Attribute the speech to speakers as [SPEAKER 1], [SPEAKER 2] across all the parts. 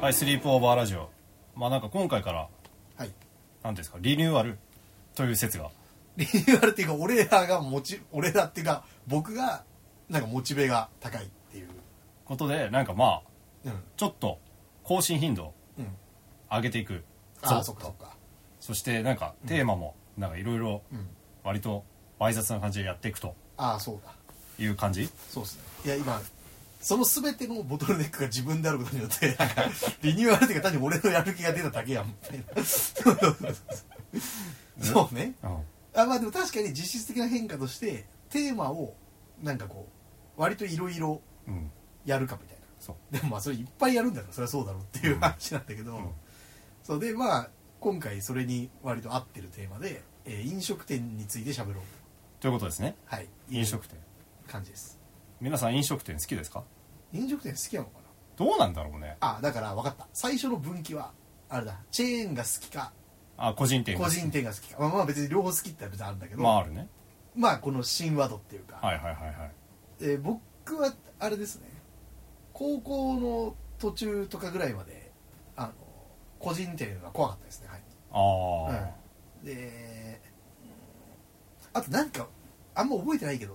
[SPEAKER 1] はい、スリープオーバーラジオ。まあなんか今回から、
[SPEAKER 2] はい
[SPEAKER 1] なんていうんですか、リニューアルという説が。
[SPEAKER 2] リニューアルっていうか俺らがモチ俺らっていうか僕がなんかモチベが高いっていう
[SPEAKER 1] ことで、なんかまあ、
[SPEAKER 2] うん
[SPEAKER 1] ちょっと更新頻度を
[SPEAKER 2] うん
[SPEAKER 1] 上げていく。
[SPEAKER 2] ああそ
[SPEAKER 1] そ
[SPEAKER 2] っかそっか
[SPEAKER 1] そしてなんかテーマも、なんかいろいろ
[SPEAKER 2] うん
[SPEAKER 1] 割とわい雑な感じでやっていくと
[SPEAKER 2] ああそうだ
[SPEAKER 1] いう感じ。
[SPEAKER 2] そうですねいや今その全てのボトルネックが自分であることによってなんかリニューアルっていうか単に俺のやる気が出ただけやんみたいなそうね
[SPEAKER 1] うん。
[SPEAKER 2] あまあでも確かに実質的な変化としてテーマをなんかこう割といろいろ
[SPEAKER 1] うん。
[SPEAKER 2] やるかみたいな
[SPEAKER 1] そう。
[SPEAKER 2] でもまあそれいっぱいやるんだからそれはそうだろうっていううん話なんだけど、
[SPEAKER 1] ん
[SPEAKER 2] そうでまあ今回それに割と合ってるテーマで、えー飲食店について喋ろう
[SPEAKER 1] ということですね。
[SPEAKER 2] はい
[SPEAKER 1] 飲食店。
[SPEAKER 2] 感じです
[SPEAKER 1] 皆さん飲食店好きですか
[SPEAKER 2] 飲食店好きなのかな
[SPEAKER 1] どうなんだろうね。
[SPEAKER 2] あだから分かった最初の分岐はあれだチェーンが好きか
[SPEAKER 1] あ、個人店が
[SPEAKER 2] 個
[SPEAKER 1] 好き
[SPEAKER 2] 人。店が好きかまあまあ別に両方好きって別にあるんだけど、
[SPEAKER 1] まああるね。
[SPEAKER 2] まあこの新ワードっていうか、
[SPEAKER 1] はいはいはいはい。
[SPEAKER 2] えー僕はあれですね高校の途中とかぐらいまであの個人店が怖かったですねはい
[SPEAKER 1] ああ、
[SPEAKER 2] うんであとなんかあんま覚えてないけど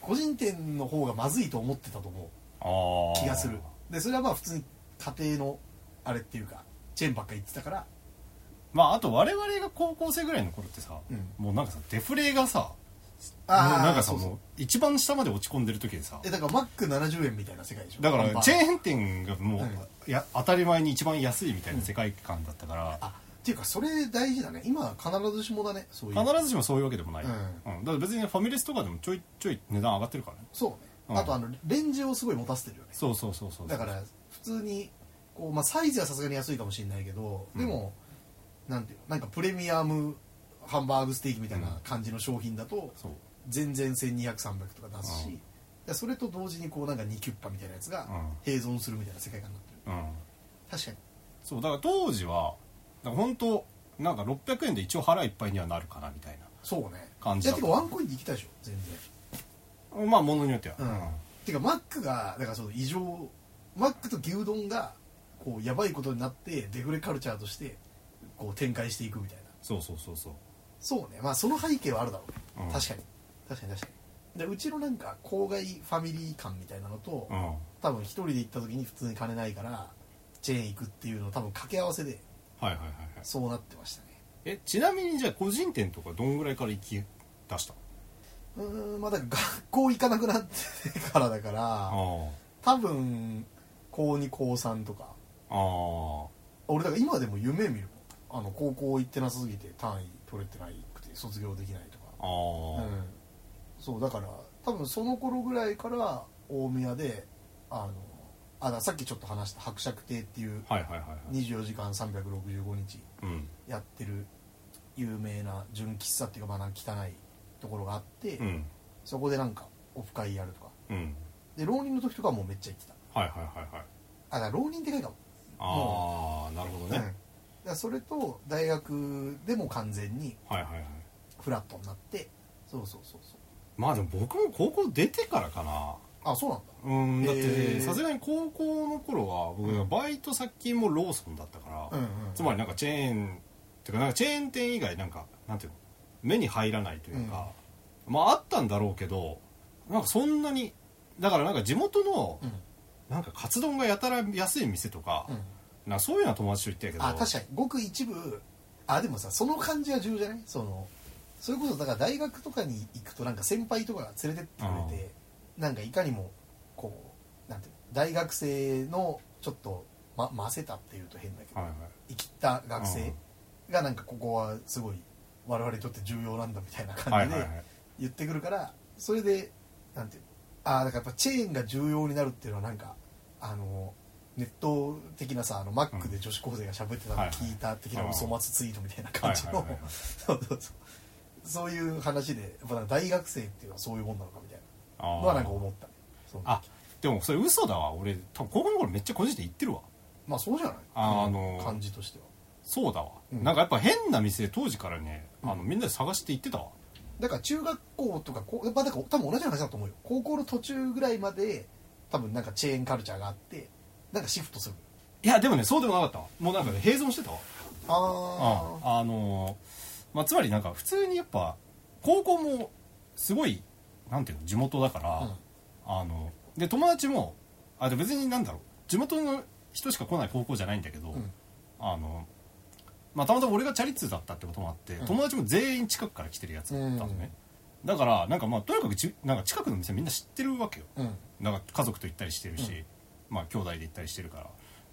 [SPEAKER 2] 個人店の方がまずいと思ってたと思
[SPEAKER 1] あ
[SPEAKER 2] う
[SPEAKER 1] あ。
[SPEAKER 2] 気がするでそれはまあ普通に家庭のあれっていうかチェーンばっかり行ってたから
[SPEAKER 1] まああと我々が高校生ぐらいの頃ってさ、
[SPEAKER 2] うん
[SPEAKER 1] もうなんかさデフレがさ
[SPEAKER 2] あー
[SPEAKER 1] もうなんかさ
[SPEAKER 2] そうそう
[SPEAKER 1] もう一番下まで落ち込んでる時でさ
[SPEAKER 2] えだからマック70円みたいな世界でしょ
[SPEAKER 1] だか
[SPEAKER 2] ハン
[SPEAKER 1] ら
[SPEAKER 2] バーガー
[SPEAKER 1] チェーン店がもう、
[SPEAKER 2] うん
[SPEAKER 1] いや当たり前に一番安いみたいな世界観だったから、
[SPEAKER 2] あっていうかそれ大事だね今は必ずしもだねそういう
[SPEAKER 1] 必ずしもそういうわけでもない、
[SPEAKER 2] うん
[SPEAKER 1] だから別にファミレスとかでもちょいちょい値段上がってるからね
[SPEAKER 2] そうね、
[SPEAKER 1] うん
[SPEAKER 2] あとあのレンジをすごい持たせてるよね
[SPEAKER 1] そうそうそうそう
[SPEAKER 2] だから普通にこう、まあ、サイズはさすがに安いかもしれないけどでも、なんていうのなんかプレミアムハンバーグステーキみたいな感じの商品だと
[SPEAKER 1] そう
[SPEAKER 2] 全然1200300とか出すし、
[SPEAKER 1] うん
[SPEAKER 2] だからそれと同時にこうなんか2キュッパみたいなやつが
[SPEAKER 1] うん
[SPEAKER 2] 併存するみたいな世界観になってる
[SPEAKER 1] うん
[SPEAKER 2] 確かに
[SPEAKER 1] そうだから当時はだから本当なんか600円で一応腹いっぱいにはなるかなみたい
[SPEAKER 2] そうね
[SPEAKER 1] 感じ
[SPEAKER 2] い
[SPEAKER 1] だ
[SPEAKER 2] やてかワンコインで行きたいでしょ全然
[SPEAKER 1] なまあものによっては、
[SPEAKER 2] うんてかマックがだからその異常マックと牛丼がこうやばいことになってデフレカルチャーとしてこう展開していくみたいな
[SPEAKER 1] そうそうそうそう
[SPEAKER 2] そうねまあその背景はあるだろうね、
[SPEAKER 1] うん
[SPEAKER 2] 確かに確かに確かにでうちのなんか郊外ファミリー感みたいなのと、
[SPEAKER 1] うん
[SPEAKER 2] 多分一人で行った時に普通に金ないからチェーン行くっていうのを多分掛け合わせで
[SPEAKER 1] はいはいはいはい
[SPEAKER 2] そうなってましたね
[SPEAKER 1] えちなみにじゃあ個人店とかどんぐらいから行き出した
[SPEAKER 2] うーんまあだ から学校行かなくなってからだから
[SPEAKER 1] あ
[SPEAKER 2] 多分高2高3とか
[SPEAKER 1] ああ
[SPEAKER 2] 俺だから今でも夢見るもんあの高校行ってなさすぎて単位取れてないくて卒業できないとか
[SPEAKER 1] ああ
[SPEAKER 2] うん、そうだから多分その頃ぐらいから大宮であのあだからさっきちょっと話した伯爵亭っていう
[SPEAKER 1] はいはいはいはい
[SPEAKER 2] 24時間365日
[SPEAKER 1] うん
[SPEAKER 2] やってる有名な純喫茶っていうかまあなんか汚いところがあって、
[SPEAKER 1] うん
[SPEAKER 2] そこでなんかオフ会やるとか
[SPEAKER 1] うん
[SPEAKER 2] で浪人の時とかはもうめっちゃ行ってた
[SPEAKER 1] はいはいはいはい
[SPEAKER 2] あだから浪人でかいかも、
[SPEAKER 1] ああなるほど
[SPEAKER 2] うん、だ
[SPEAKER 1] ね
[SPEAKER 2] か、らそれと大学でも完全に
[SPEAKER 1] はいはいはい
[SPEAKER 2] フラットになってそうそうそうそう
[SPEAKER 1] まあでも僕も高校出てからかな
[SPEAKER 2] あそうなんだ
[SPEAKER 1] うんだっ
[SPEAKER 2] へ
[SPEAKER 1] て
[SPEAKER 2] ー
[SPEAKER 1] さすがに高校の頃は
[SPEAKER 2] う
[SPEAKER 1] 僕
[SPEAKER 2] ん
[SPEAKER 1] バイト先もローソンだったから、
[SPEAKER 2] うんうん
[SPEAKER 1] つまりなんかチェーンっていうかなんかチェーン店以外なんかなんていうの目に入らないというか、まああったんだろうけどなんかそんなにだからなんか地元の
[SPEAKER 2] うん
[SPEAKER 1] なんかカツ丼がやたら安い店とか,、
[SPEAKER 2] うん
[SPEAKER 1] なんかそういうのは友達と行ったけど
[SPEAKER 2] あ確かにごく一部あでもさその感じは重要じゃないそのそれこそだから大学とかに行くとなんか先輩とかが連れてってくれてなんかいかにもこうなんていうの大学生のちょっと、ま、ませたっていうと変だけど、
[SPEAKER 1] はいはい
[SPEAKER 2] 生きった学生がなんかここはすごい我々にとって重要なんだみたいな感じ
[SPEAKER 1] はい
[SPEAKER 2] で
[SPEAKER 1] はいはい
[SPEAKER 2] 言ってくるから、それでなんていうのああだからやっぱチェーンが重要になるっていうのはなんかあのネット的なさあのマックで女子高生が喋ってたのを聞いた的な
[SPEAKER 1] はいはい
[SPEAKER 2] 嘘松ツイートみたいな感じの
[SPEAKER 1] はいはいはいはい
[SPEAKER 2] そうそうそうそういう話でやっぱなんか大学生っていうのはそういうもんなのかみたい
[SPEAKER 1] あ
[SPEAKER 2] な
[SPEAKER 1] ー
[SPEAKER 2] のはなんか思ったねそう
[SPEAKER 1] あでもそれ嘘だわ俺多分高校の頃めっちゃ個人店行ってるわ
[SPEAKER 2] まあそうじゃない
[SPEAKER 1] あーあのー
[SPEAKER 2] 感じとしては
[SPEAKER 1] そうだわ、
[SPEAKER 2] うん
[SPEAKER 1] なんかやっぱ変な店当時からね
[SPEAKER 2] うん
[SPEAKER 1] あのみんなで探して行ってたわ
[SPEAKER 2] だから中学校とかこうやっぱだから多分同じ話だと思うよ高校の途中ぐらいまで多分なんかチェーンカルチャーがあってなんかシフトする
[SPEAKER 1] いやでもねそうでもなかったわもうなんかね併存してたわ
[SPEAKER 2] ああ
[SPEAKER 1] ああのーまあ、つまりなんか普通にやっぱ高校もすごいなんていうの地元だから、
[SPEAKER 2] うん
[SPEAKER 1] あので友達もあで別になんだろう地元の人しか来ない高校じゃないんだけど、
[SPEAKER 2] うん
[SPEAKER 1] あのまあ、たまたま俺がチャリ通だったってこともあって、
[SPEAKER 2] ん
[SPEAKER 1] 友達も全員近くから来てるやつだったのね、だからなんかまあとにかくちなんか近くの店みんな知ってるわけよ、
[SPEAKER 2] うん
[SPEAKER 1] なんか家族と行ったりしてるし、まあ兄弟で行ったりしてるから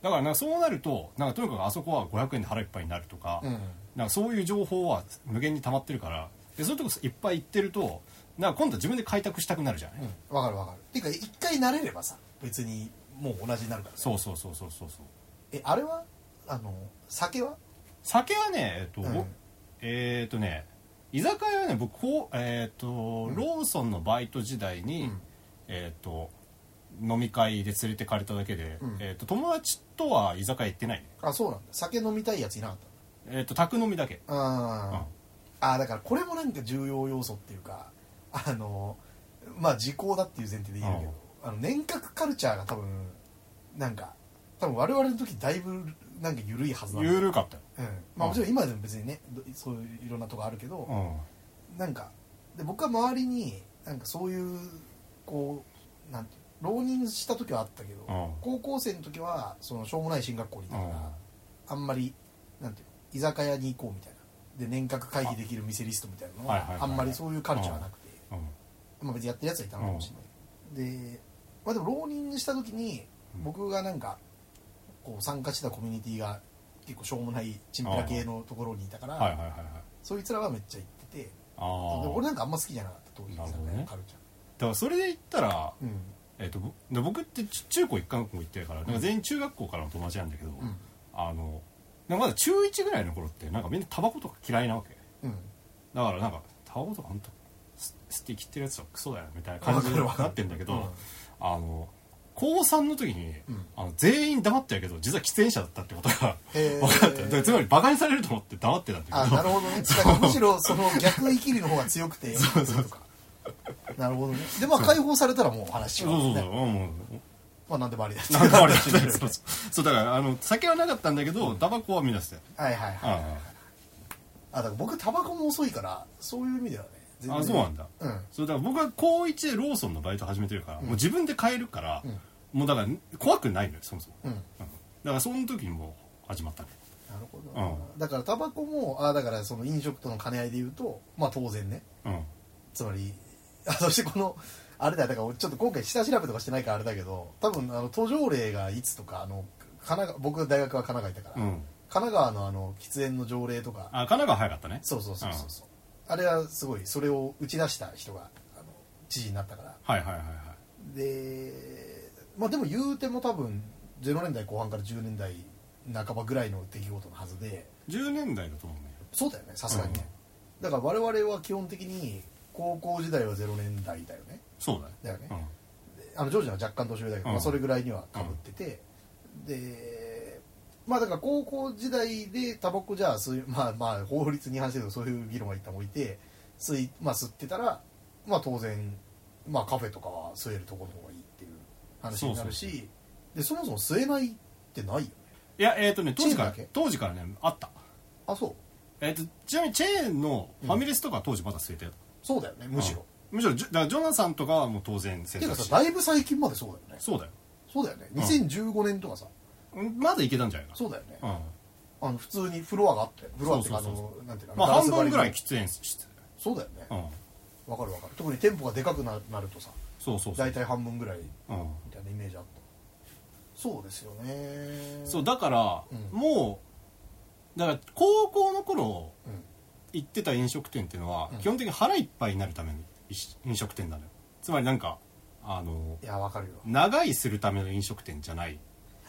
[SPEAKER 1] だからなんかそうなるとなんかとにかくあそこは500円で腹いっぱいになるとか,、
[SPEAKER 2] うん
[SPEAKER 1] なんかそういう情報は無限に溜まってるからでそういうとこいっぱい行ってるとなんか今度は自分で開拓したくなるじゃない、
[SPEAKER 2] うんわかるわかるていうか一回慣れればさ別にもう同じになるから
[SPEAKER 1] そうそうそうそうそうそう
[SPEAKER 2] えあれはあの酒は
[SPEAKER 1] 酒はねえっ、と、
[SPEAKER 2] うん
[SPEAKER 1] えっ、とね居酒屋はね僕こうえっ、と、ローソンのバイト時代に、
[SPEAKER 2] うん
[SPEAKER 1] えっ、と飲み会で連れてかれただけで、
[SPEAKER 2] うん
[SPEAKER 1] えっと友達とは居酒屋行ってないね
[SPEAKER 2] あそうなんだ酒飲みたいやついなかっ
[SPEAKER 1] えっ、と宅飲みだけ
[SPEAKER 2] たあー、あーだからこれもなんか重要要素っていうかあのまあ時効だっていう前提で言えるけど、あの年郭カルチャーが多分なんか多分我々の時だいぶなんか緩いはずなんだ
[SPEAKER 1] 緩かったよ
[SPEAKER 2] うんまあ、
[SPEAKER 1] うん
[SPEAKER 2] もちろん今でも別にねどそういういろんなとこあるけど、
[SPEAKER 1] う
[SPEAKER 2] なんかで僕は周りになんかそういうこうなんていう浪人した時はあったけど、
[SPEAKER 1] うん
[SPEAKER 2] 高校生の時はそのしょうもない進学校にいたから、
[SPEAKER 1] うん
[SPEAKER 2] あんまりなんていうの居酒屋に行こうみたいなで年賀会議できる店リストみたいなの
[SPEAKER 1] はいはい
[SPEAKER 2] は
[SPEAKER 1] はい
[SPEAKER 2] あ
[SPEAKER 1] はい
[SPEAKER 2] んまりそういうカルチャーはなくて、
[SPEAKER 1] んうん
[SPEAKER 2] まあ、別にやってるやつはいたのかもしれない、で、まあ、でも浪人した時に
[SPEAKER 1] うん
[SPEAKER 2] 僕がなんかこう参加してたコミュニティが結構しょうもないチンピラ系のところにいたから、
[SPEAKER 1] はいはいはいはい
[SPEAKER 2] そいつらはめっちゃ行ってて
[SPEAKER 1] あ
[SPEAKER 2] で
[SPEAKER 1] あ
[SPEAKER 2] 俺なんかあんま好きじゃなかった当時
[SPEAKER 1] なるほどね
[SPEAKER 2] カルチ
[SPEAKER 1] だからそれで言ったら、
[SPEAKER 2] ャーうん
[SPEAKER 1] えっとぼで僕ってち中高一貫校行ってるからなんか全員中学校からの友達なんだけど、
[SPEAKER 2] うん
[SPEAKER 1] あのなんかまだ中1ぐらいの頃ってなんかみんなタバコとか嫌いなわけ
[SPEAKER 2] うん
[SPEAKER 1] だからなんかタバコとか本当ススティ切ってるやつはクソだよみたいな感じに
[SPEAKER 2] わかるわかる
[SPEAKER 1] なってんだけど、
[SPEAKER 2] うん
[SPEAKER 1] あの高3の時に、
[SPEAKER 2] うん
[SPEAKER 1] あの全員黙ってるけど実は喫煙者だったってことが
[SPEAKER 2] へー
[SPEAKER 1] 分かった、だからつまりバカにされると思って黙ってたんだけど
[SPEAKER 2] あなるほどねだからむしろその逆生きりの方が 強くてそうそうとかなるほどねでまあ解放されたらもう話
[SPEAKER 1] そうそう
[SPEAKER 2] は
[SPEAKER 1] そう、
[SPEAKER 2] ね
[SPEAKER 1] うんうん
[SPEAKER 2] まあ何でもありだって
[SPEAKER 1] なんかあれ だ
[SPEAKER 2] 話になるよ
[SPEAKER 1] そう
[SPEAKER 2] ね
[SPEAKER 1] そうそうだからあの酒はなかったんだけどタバコはみんなしてたよ
[SPEAKER 2] はいはいはいあ
[SPEAKER 1] あ
[SPEAKER 2] だから僕タバコも遅いからそういう意味ではね全
[SPEAKER 1] あそうなんだ
[SPEAKER 2] うん
[SPEAKER 1] そうだから僕は高1でローソンのバイト始めてるから、もう自分で買えるから、
[SPEAKER 2] ん
[SPEAKER 1] もうだから怖くないのよそもそも、
[SPEAKER 2] うん
[SPEAKER 1] うんだからその時にもう始まったね
[SPEAKER 2] なるほどな、だからタバコもあだからその飲食との兼ね合いで言うとまあ当然ね
[SPEAKER 1] うん
[SPEAKER 2] つまり あそしてこのあれだよだから俺ちょっと今回下調べとかしてないからあれだけど多分あの途上例がいつとかあの神奈川僕大学は神奈川行ったから、
[SPEAKER 1] うん
[SPEAKER 2] 神奈川のあの喫煙の条例とか
[SPEAKER 1] あ神奈川早かったね
[SPEAKER 2] そうそうそうそうそうあれはすごいそれを打ち出した人があの知事になったから
[SPEAKER 1] はいはいはいはい
[SPEAKER 2] でまあでも言うても多分0年代後半から10年代半ばぐらいの出来事のはずで
[SPEAKER 1] 10年代だと思うね
[SPEAKER 2] そうだよねさすがにね、だから我々は基本的に高校時代は0年代だよね
[SPEAKER 1] そうだね
[SPEAKER 2] だよね
[SPEAKER 1] うん、
[SPEAKER 2] あのジョージは若干年上だけど、
[SPEAKER 1] うん
[SPEAKER 2] まあ、それぐらいにはかぶってて、でまあだから高校時代でタバコじゃあ吸いまあまあ法律に違反してるとそういう議論は一旦置いて吸い、まあ、吸ってたらまあ当然、まあ、カフェとかは吸えるところの方がいいっていう話になるし
[SPEAKER 1] そう
[SPEAKER 2] でそもそも吸えないってないよね
[SPEAKER 1] いやえっ、とね当時か
[SPEAKER 2] チ
[SPEAKER 1] ら
[SPEAKER 2] ェーンだけ
[SPEAKER 1] 当時からねあった
[SPEAKER 2] あそう
[SPEAKER 1] えっ、とちなみにチェーンのファミレスとかは当時まだ据えてた、
[SPEAKER 2] そうだよねむしろ、
[SPEAKER 1] うんむしろじゅだからジョナサンとかはもう当然
[SPEAKER 2] て
[SPEAKER 1] 制
[SPEAKER 2] いう
[SPEAKER 1] 作
[SPEAKER 2] か
[SPEAKER 1] し
[SPEAKER 2] さ
[SPEAKER 1] て
[SPEAKER 2] だいぶ最近までそうだよね
[SPEAKER 1] そうだよ
[SPEAKER 2] そうだよね
[SPEAKER 1] ん
[SPEAKER 2] 2015年とかさ、
[SPEAKER 1] うんまだいけたんじゃないか
[SPEAKER 2] そうだよね、
[SPEAKER 1] うん
[SPEAKER 2] あの普通にフロアがあってフロアっていうかあ
[SPEAKER 1] そうそうそう
[SPEAKER 2] のなんていうか
[SPEAKER 1] まあ
[SPEAKER 2] ガラ
[SPEAKER 1] 半
[SPEAKER 2] ス張り
[SPEAKER 1] 分
[SPEAKER 2] の
[SPEAKER 1] ぐらい喫煙してたよ
[SPEAKER 2] そうだよね、
[SPEAKER 1] うん
[SPEAKER 2] わかるわかる特に店舗がでかくななるとさ
[SPEAKER 1] そうそうそう
[SPEAKER 2] 大体半分ぐらい
[SPEAKER 1] うん
[SPEAKER 2] みたいなイメージあったそうですよね
[SPEAKER 1] そうだから、
[SPEAKER 2] うん
[SPEAKER 1] もうだから高校の頃
[SPEAKER 2] うん
[SPEAKER 1] 行ってた飲食店っていうのは、
[SPEAKER 2] うん
[SPEAKER 1] 基本的に腹いっぱいになるための飲食店なのよつまりなんかあの
[SPEAKER 2] いやわかるよ
[SPEAKER 1] 長居するための飲食店じゃない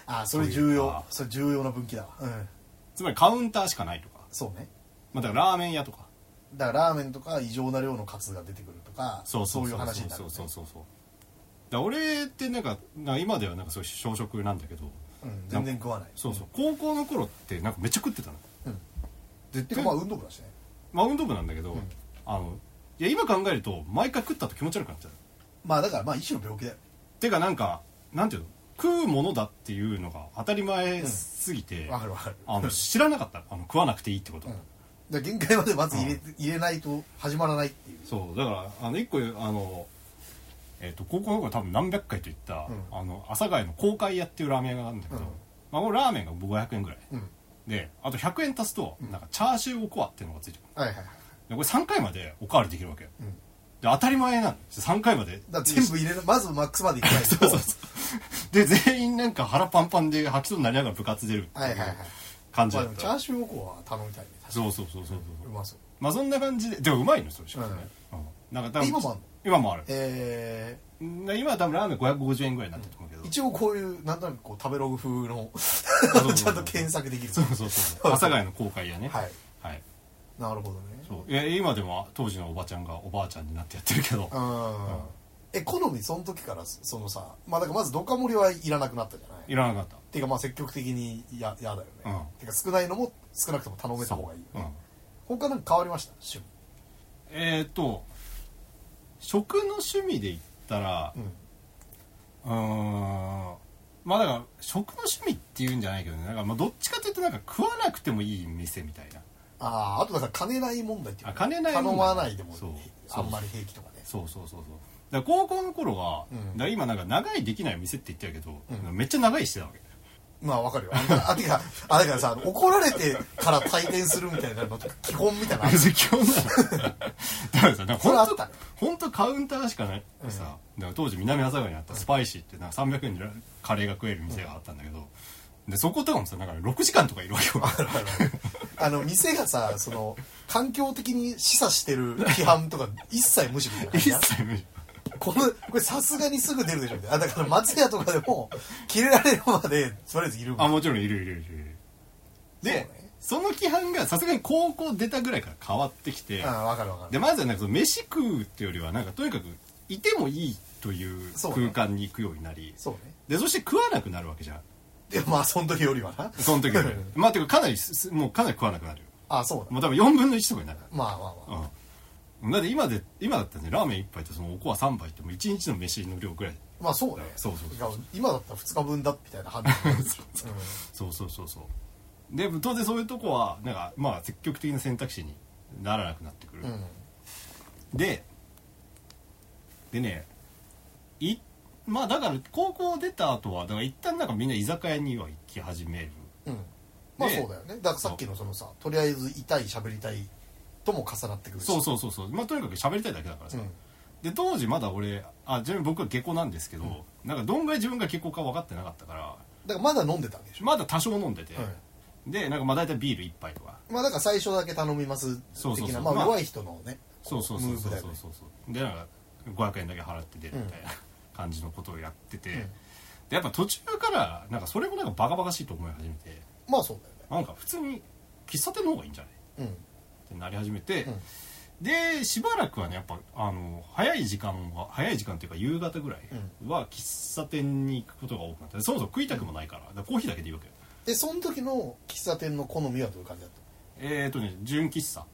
[SPEAKER 2] あそれ重
[SPEAKER 1] そういう
[SPEAKER 2] 要
[SPEAKER 1] か
[SPEAKER 2] それ重要な分岐だわうん
[SPEAKER 1] つまりカウンターしかないとか、
[SPEAKER 2] そうね
[SPEAKER 1] まあ、だからラーメン屋とか
[SPEAKER 2] だからラーメンとか異常な量のカツが出てくるとか
[SPEAKER 1] そうそう
[SPEAKER 2] いう話になる
[SPEAKER 1] そ
[SPEAKER 2] よ
[SPEAKER 1] う
[SPEAKER 2] ね
[SPEAKER 1] そうそうそうだから俺ってなんかなんか今ではなんかそういう小食なんだけど
[SPEAKER 2] うん全然食わない
[SPEAKER 1] そうそう高校の頃ってなんかめっちゃ食ってたの
[SPEAKER 2] うん
[SPEAKER 1] で
[SPEAKER 2] てかまあ運動部だしね
[SPEAKER 1] マウンド部なんだけど、
[SPEAKER 2] ん
[SPEAKER 1] あのいや今考えると毎回食ったと気持ち悪くなっちゃう
[SPEAKER 2] まあだからまあ一種の病気だよ
[SPEAKER 1] てかなんかなんていうの食うものだっていうのが当たり前すぎて、
[SPEAKER 2] わかるわかる
[SPEAKER 1] あの知らなかったあの食わなくていいってこと、
[SPEAKER 2] うんだから限界までまず入れ,、入れないと始まらないっていう
[SPEAKER 1] そうだからあの一個あのえっ、と高校の頃多分何百回と言った、
[SPEAKER 2] うん
[SPEAKER 1] あの阿佐ヶ谷の公海屋っていうラーメン屋があるんだけど、
[SPEAKER 2] うん
[SPEAKER 1] まあ、このラーメンが500円ぐらい
[SPEAKER 2] うん
[SPEAKER 1] であと100円足すと、
[SPEAKER 2] うん
[SPEAKER 1] なんかチャーシューおこわっていうのがついてくる
[SPEAKER 2] はいはいはい
[SPEAKER 1] でこれ3回までおかわりできるわけよ
[SPEAKER 2] うん
[SPEAKER 1] で当たり前なんです3回まで
[SPEAKER 2] だから全部入れるまずマックスまでいかない とそうそうそ
[SPEAKER 1] で全員なんか腹パンパンで吐きそうになりながら部活出るって
[SPEAKER 2] はい
[SPEAKER 1] い
[SPEAKER 2] は
[SPEAKER 1] う
[SPEAKER 2] いはい
[SPEAKER 1] 感じ
[SPEAKER 2] まあ
[SPEAKER 1] だっ
[SPEAKER 2] でもチ
[SPEAKER 1] た、
[SPEAKER 2] ャーシューおこわは頼みたいね確か
[SPEAKER 1] そうそうそうそうそう
[SPEAKER 2] にうまそう
[SPEAKER 1] まあそんな感じででもうまいのそれしかもね、うんなんか多分
[SPEAKER 2] 今もあんの
[SPEAKER 1] 今もある
[SPEAKER 2] え
[SPEAKER 1] うん今は多分ラーメン550円ぐらいになってると思うけど、
[SPEAKER 2] ー、一応こういうなんとなくこう食べログ風の
[SPEAKER 1] そうそう
[SPEAKER 2] ちゃんと検索できる
[SPEAKER 1] そうそうそう阿佐ヶ谷の公開やね
[SPEAKER 2] はい
[SPEAKER 1] はい
[SPEAKER 2] なるほどね
[SPEAKER 1] そういや今でも当時のおばちゃんがおばあちゃんになってやってるけど
[SPEAKER 2] うんえ好みその時からそそのさまあだからまずドカ盛りはいらなくなったじゃない
[SPEAKER 1] いらなかった
[SPEAKER 2] ていうかまあ積極的にややだよね、
[SPEAKER 1] うん
[SPEAKER 2] てか少ないのも少なくとも頼めた方がいいよ
[SPEAKER 1] う
[SPEAKER 2] ね
[SPEAKER 1] ん、
[SPEAKER 2] 他なんか変わりました趣
[SPEAKER 1] えーっと食の趣味で言ったら
[SPEAKER 2] 味、うん、
[SPEAKER 1] うーんまあだから食の趣味っていうんじゃないけどねなんかまあどっちかというとなんか食わなくてもいい店みたいな
[SPEAKER 2] あああとだから金ない問題っていう
[SPEAKER 1] あ
[SPEAKER 2] か
[SPEAKER 1] 金ない問
[SPEAKER 2] 頼
[SPEAKER 1] 題
[SPEAKER 2] まないでも
[SPEAKER 1] そう
[SPEAKER 2] あんまり平気とかね
[SPEAKER 1] そうそうそうそうだから高校の頃は、
[SPEAKER 2] うん
[SPEAKER 1] だから今なんか長いできない店って言ってるけど、
[SPEAKER 2] うん
[SPEAKER 1] めっちゃ長いしてたわけ
[SPEAKER 2] まあわかるよあんたあてかあだからさあの怒られてから退店するみたいなのとか基本みたいな のある
[SPEAKER 1] 基本なのだからさなんか
[SPEAKER 2] それ
[SPEAKER 1] 本
[SPEAKER 2] あっ
[SPEAKER 1] 当
[SPEAKER 2] たね
[SPEAKER 1] 本当カウンターしかない
[SPEAKER 2] うん
[SPEAKER 1] さ、だから当時南阿佐ヶ谷にあったスパイシーってなんか300円でカレーが食える店があったんだけど、でそことかもさなんか6時間とかいるわけよ
[SPEAKER 2] あの店がさその環境的に示唆してる批判とか一切無視みたいな感じ
[SPEAKER 1] 一
[SPEAKER 2] な
[SPEAKER 1] 切無理
[SPEAKER 2] このこれさすがにすぐ出るでしょみたいなあだから松屋とかでも切れられるまでとりあえずいるもん
[SPEAKER 1] あもちろんいるいるいるいるでそ,、の規範がさすがに高校出たぐらいから変わってきて、
[SPEAKER 2] うんわかるわかる
[SPEAKER 1] でまずはなんかその飯食うっていうよりはなんかとにかくいてもいいという
[SPEAKER 2] そうね
[SPEAKER 1] 空間に行くようになり
[SPEAKER 2] そうね
[SPEAKER 1] でそして食わなくなるわけじゃ ん
[SPEAKER 2] でまあその時よりはな
[SPEAKER 1] その時はねまあていうかかなりすすもうかなり食わなくなるよ
[SPEAKER 2] あそうだ
[SPEAKER 1] もう多分4分の1とかになる
[SPEAKER 2] まあまあまあ
[SPEAKER 1] うんだって今で今だったらねラーメン1杯とそのおこわ3杯ってもう1日の飯の量ぐらい
[SPEAKER 2] まあそうね
[SPEAKER 1] そうそうそう
[SPEAKER 2] だから今だったら2日分だみたいな判断
[SPEAKER 1] そうそうそうそうで当然そういうとこはなんかまあ積極的な選択肢にならなくなってくる、
[SPEAKER 2] うん、うん
[SPEAKER 1] ででねいまあだから高校出た後はだから一旦なんかみんな居酒屋には行き始める
[SPEAKER 2] うん、まあ
[SPEAKER 1] ね
[SPEAKER 2] そうだよねだからさっきのそのさとりあえず痛い喋りたいとも重なってくるし
[SPEAKER 1] そうそうそうそうまあとにかく喋りたいだけだからさ、
[SPEAKER 2] ん、
[SPEAKER 1] で当時まだ俺あちなみに僕は下校なんですけど、なんかどんぐらい自分が下校か分かってなかったから
[SPEAKER 2] だからまだ飲んでたわけでしょ、
[SPEAKER 1] まだ多少飲んでて、
[SPEAKER 2] う
[SPEAKER 1] でなんかまあ大体ビール1杯とか
[SPEAKER 2] ん、まあだから最初だけ頼みます的な
[SPEAKER 1] そうそうそう
[SPEAKER 2] まあ、
[SPEAKER 1] まあ
[SPEAKER 2] 弱い人のね
[SPEAKER 1] そうそうそうそうそう
[SPEAKER 2] ムーブだよね
[SPEAKER 1] そうそうでなんか500円だけ払って出るみたいな感じのことをやってて、
[SPEAKER 2] ん
[SPEAKER 1] でやっぱ途中からなんかそれもなんかバカバカしいと思い始めて
[SPEAKER 2] まあそう
[SPEAKER 1] なんか普通に喫茶店の方がいいんじゃない
[SPEAKER 2] だよね
[SPEAKER 1] ってなり始めて、
[SPEAKER 2] うん
[SPEAKER 1] でしばらくはねやっぱあの早い時間は早い時間っていうか夕方ぐらいは喫茶店に行くことが多くなってそもそも食いたくもないからだからコーヒーだけでいいわけよ
[SPEAKER 2] うんでその時の喫茶店の好みはどういう感じだった
[SPEAKER 1] えっ、ー、とね純喫茶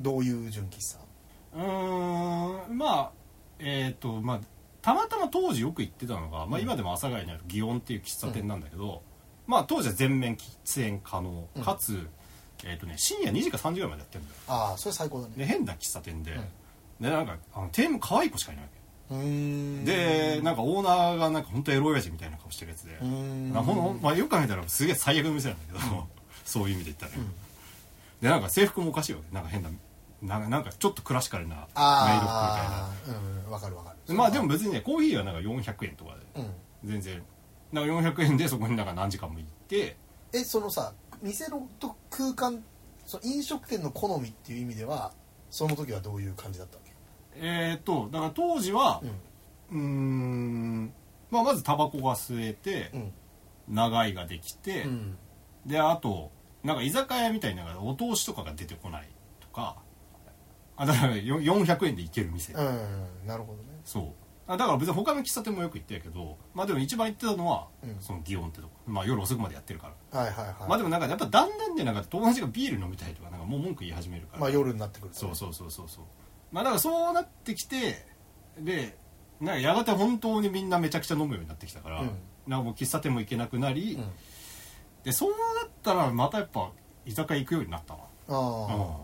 [SPEAKER 2] どういう純喫茶
[SPEAKER 1] うーんまあえっ、とまあたまたま当時よく行ってたのが、まあ、今でも阿佐ヶ谷にある祇園っていう喫茶店なんだけど、まあ当時は全面喫煙可能
[SPEAKER 2] うん
[SPEAKER 1] かつ、えーとね、深夜2時か3時ぐらいまでやってるんだよ
[SPEAKER 2] ああそれ最高だ
[SPEAKER 1] で
[SPEAKER 2] ね
[SPEAKER 1] 変な喫茶店で、
[SPEAKER 2] うん
[SPEAKER 1] でなんかあの店員も可愛い子しかいないわ
[SPEAKER 2] うー
[SPEAKER 1] け
[SPEAKER 2] ん
[SPEAKER 1] でなんかオーナーがなんか本当エロ親父みたいな顔してるやつで、
[SPEAKER 2] うーん
[SPEAKER 1] なほんほんまあ、よく考えたらすげえ最悪の店なんだけど、そういう意味で言ったら、
[SPEAKER 2] ん
[SPEAKER 1] でなんか制服もおかしいよねなんか変ななんかなんかちょっとクラシカルなメイド服みたいな
[SPEAKER 2] ああうんわかるわかる
[SPEAKER 1] まあでも別にねコーヒーはなんか400円とかで
[SPEAKER 2] うん
[SPEAKER 1] 全然なんか400円でそこになんか何時間も行って
[SPEAKER 2] えそのさ店のと空間その飲食店の好みっていう意味ではその時はどういう感じだったわけ
[SPEAKER 1] えっ、とだから当時は
[SPEAKER 2] う
[SPEAKER 1] うーんまあまずタバコが吸えて
[SPEAKER 2] んうん
[SPEAKER 1] 長いができて、
[SPEAKER 2] うん
[SPEAKER 1] であとなんか居酒屋みたいなのがお通しとかが出てこないとかあだからよ400円で行ける店、
[SPEAKER 2] うんなるほどね
[SPEAKER 1] そうあだから別に他の喫茶店もよく行ってるけどまあでも一番行ってたのは、
[SPEAKER 2] うん
[SPEAKER 1] その祇園ってとこまあ夜遅くまでやってるから
[SPEAKER 2] はいはいはい
[SPEAKER 1] まあでもなんかやっぱだんだんでなんか友達がビール飲みたいとかなんかもう文句言い始めるから、
[SPEAKER 2] まあ夜になってくると
[SPEAKER 1] そうそうそうそうそうまあだからそうなってきてでなんかやがて本当にみんなめちゃくちゃ飲むようになってきたから、
[SPEAKER 2] うん
[SPEAKER 1] なんかもう喫茶店も行けなくなり、
[SPEAKER 2] うん、
[SPEAKER 1] でそうなったらまたやっぱ居酒屋行くようになったわ
[SPEAKER 2] ああ、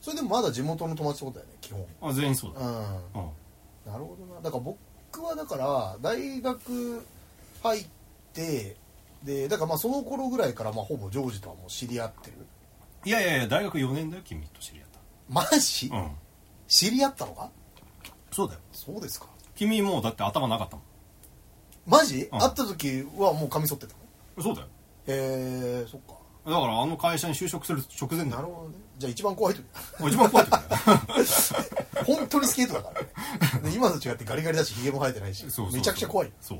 [SPEAKER 2] それでもまだ地元の友達ってことだよね基本
[SPEAKER 1] うんあ全員そう
[SPEAKER 2] う
[SPEAKER 1] だ
[SPEAKER 2] ん
[SPEAKER 1] うん
[SPEAKER 2] なるほどなだから僕はだから大学入ってでだからまあその頃ぐらいからまあほぼジョージとはもう知り合ってる
[SPEAKER 1] いやいやいや大学4年だよ君と知り合っ
[SPEAKER 2] マジ、
[SPEAKER 1] たうん
[SPEAKER 2] 知り合ったのか
[SPEAKER 1] そうだよ
[SPEAKER 2] そうですか
[SPEAKER 1] 君もうだって頭なかったも
[SPEAKER 2] マジ、
[SPEAKER 1] うん
[SPEAKER 2] 会った時はもう髪剃ってたの
[SPEAKER 1] んそうだよ
[SPEAKER 2] へえそっか
[SPEAKER 1] だからあの会社に就職する直前だ
[SPEAKER 2] な
[SPEAKER 1] よ
[SPEAKER 2] るほどねじゃあ一番怖い時
[SPEAKER 1] もう一番怖い時だよ
[SPEAKER 2] 本当にスケートだからねで今と違ってガリガリだしヒゲも生えてないし
[SPEAKER 1] そうそうそう
[SPEAKER 2] めちゃくちゃ怖い
[SPEAKER 1] そう